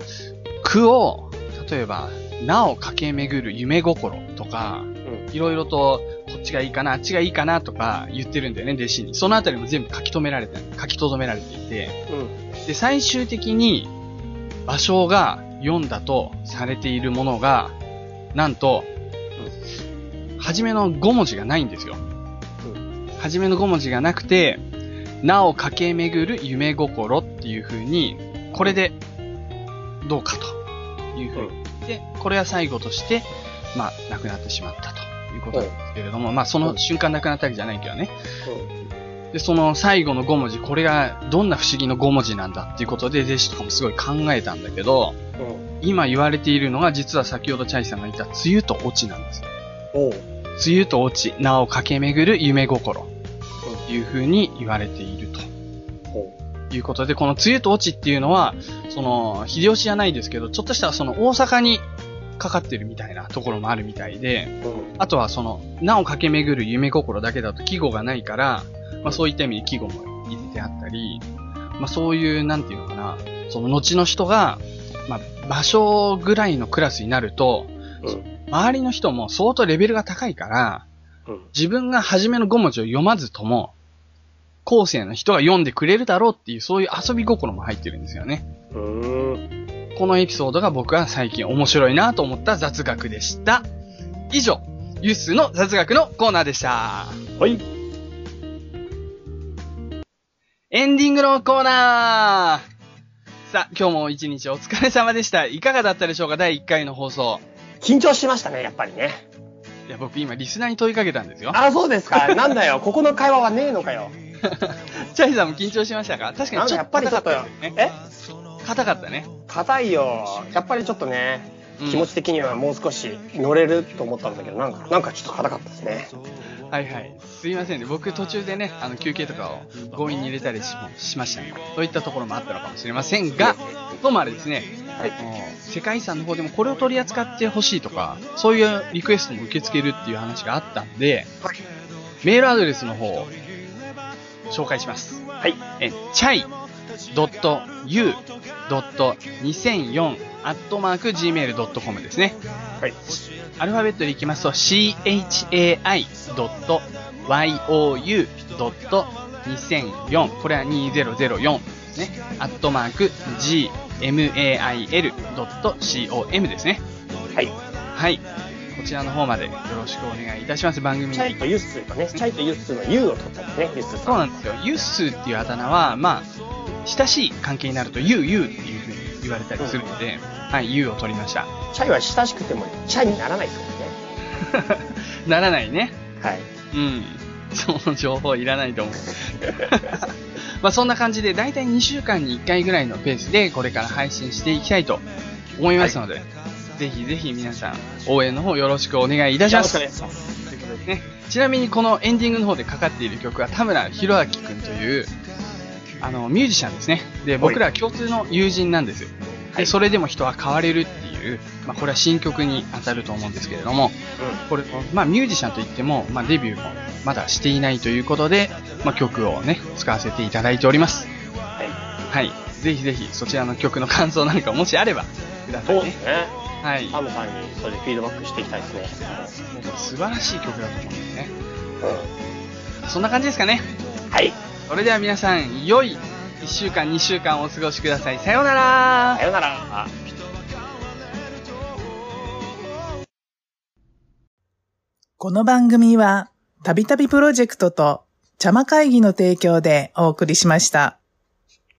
[SPEAKER 1] 句を、例えば、なお駆け巡る夢心とか、
[SPEAKER 3] うん。
[SPEAKER 1] いろいろと、こっちがいいかな、あっちがいいかなとか言ってるんだよね、弟子に。そのあたりも全部書き留められて、書き留められていて、で、最終的に、芭蕉が読んだとされているものが、なんと、初めの5文字がないんですよ。初めの5文字がなくて、なお駆け巡る夢心っていう風に、これで、どうかという風に。で、これは最後として、まあ、亡くなってしまったということなんですけれども、まあ、その瞬間亡くなったわけじゃないけどね。で、その最後の5文字、これがどんな不思議の5文字なんだっていうことで、弟子とかもすごい考えたんだけど、
[SPEAKER 3] うん。うん。
[SPEAKER 1] 今言われているのが実は先ほどチャイさんが言った、梅雨と落ちなんです。
[SPEAKER 3] おう。
[SPEAKER 1] 梅雨と落ち、名を駆け巡る夢心。という風に言われている
[SPEAKER 3] ほ
[SPEAKER 1] ということで、この梅雨と落ちっていうのは、その、秀吉じゃないですけど、ちょっとしたその大阪にかかってるみたいなところもあるみたいで、
[SPEAKER 3] う。うん。
[SPEAKER 1] あとはその、名を駆け巡る夢心だけだと季語がないから、まあそういった意味で季語も入れてあったり、まあそういう、なんていうのかな、その後の人が、まあ場所ぐらいのクラスになると、
[SPEAKER 3] うん。
[SPEAKER 1] 周りの人も相当レベルが高いから、
[SPEAKER 3] うん。
[SPEAKER 1] 自分が初めの5文字を読まずとも、後世の人が読んでくれるだろうっていう、そういう遊び心も入ってるんですよね。
[SPEAKER 3] うーん。
[SPEAKER 1] このエピソードが僕は最近面白いなと思った雑学でした。以上、ユースの雑学のコーナーでした。
[SPEAKER 3] はい。
[SPEAKER 1] エンディングのコーナーさあ、今日も一日お疲れ様でした。いかがだったでしょうか第1回の放送。
[SPEAKER 3] 緊張しましたね、やっぱりね。
[SPEAKER 1] いや、僕今リスナーに問いかけたんですよ。
[SPEAKER 3] あ、そうですか。なんだよ。ここの会話はねえのかよ。
[SPEAKER 1] チャイさんも緊張しましたか確か
[SPEAKER 3] な
[SPEAKER 1] に
[SPEAKER 3] ん
[SPEAKER 1] ち
[SPEAKER 3] だ
[SPEAKER 1] ょ
[SPEAKER 3] や
[SPEAKER 1] っ
[SPEAKER 3] っ
[SPEAKER 1] と
[SPEAKER 3] ぱり
[SPEAKER 1] 硬
[SPEAKER 3] ち
[SPEAKER 1] か
[SPEAKER 3] ょ
[SPEAKER 1] っ
[SPEAKER 3] ったと
[SPEAKER 1] よね。
[SPEAKER 3] え
[SPEAKER 1] 硬かったね。
[SPEAKER 3] 硬いよ。やっぱりちょっとね
[SPEAKER 1] うん。
[SPEAKER 3] 気持ち的にはもう少し乗れると思ったんだけど、なんか、なんかちょっと硬かったですね。
[SPEAKER 1] はいはい。すいませんね。僕途中でね、あの休憩とかを強引に入れたりししましたね。そういったところもあったのかもしれませんが、ともあれですね、
[SPEAKER 3] はい。
[SPEAKER 1] あの世界遺産の方でもこれを取り扱ってほしいとか、そういうリクエストも受け付けるっていう話があったんで、メールアドレスの方を紹介します。
[SPEAKER 3] はい。
[SPEAKER 1] え、chai.u.2004.gmail.com ですね。
[SPEAKER 3] はい。
[SPEAKER 1] アルファベットでいきますと chai.you.2004 これは2004ですね。アットマーク gmail.com ですね。
[SPEAKER 3] はい。
[SPEAKER 1] はい。こちらの方までよろしくお願いいたします。番組
[SPEAKER 3] チャイ
[SPEAKER 1] に。
[SPEAKER 3] とユッスーとね、チャイとユッスーの U を取ったんですね、ユッスー
[SPEAKER 1] そう
[SPEAKER 3] さ。
[SPEAKER 1] なんんですよ。ユッスーっていうあだ名は、まあ、親しい関係になるとユーユーっていうふうに言われたりするので、はい、ユーを取りました。
[SPEAKER 3] チャイは親しくてもチャイにならないですからね。
[SPEAKER 1] ならないね。
[SPEAKER 3] はい。
[SPEAKER 1] うん。その情報いらないと思う。 まあそんな感じで、だいたい2週間に1回ぐらいのペースでこれから配信していきたいと思いますので、ぜひぜひ皆さん、応援の方よろしくお願いいたし
[SPEAKER 3] よ
[SPEAKER 1] ま
[SPEAKER 3] ろし
[SPEAKER 1] す。
[SPEAKER 3] くお願いします。
[SPEAKER 1] ということでね、ちなみにこのエンディングの方でかかっている曲は田村弘明くんという、あの、ミュージシャンですね。で、僕ら共通の友人なんです。
[SPEAKER 3] は
[SPEAKER 1] で、
[SPEAKER 3] い
[SPEAKER 1] それでも人は変われるっていう、まあ、これは新曲に当たると思うんですけれども、これ、まあ、ミュージシャンといっても、まあ、デビューもまだしていないということで、まあ、曲をね、使わせていただいております。
[SPEAKER 3] うん。はい。
[SPEAKER 1] はい。ぜひぜひ、そちらの曲の感想なんかもしあれば、くださ
[SPEAKER 3] そう
[SPEAKER 1] い
[SPEAKER 3] で
[SPEAKER 1] ね
[SPEAKER 3] す。ね。
[SPEAKER 1] はい。
[SPEAKER 3] タムさんにそれでフィードバックしていきたいですね。
[SPEAKER 1] 素晴らしい曲だと思うんですね。
[SPEAKER 3] う
[SPEAKER 1] そんな感じですかね。
[SPEAKER 3] ん。はい。
[SPEAKER 1] それでは皆さん、良い1週間、2週間お過ごしください。さようなら
[SPEAKER 3] さよなら。
[SPEAKER 4] この番組は、たびたびプロジェクトと、茶間会議の提供でお送りしました。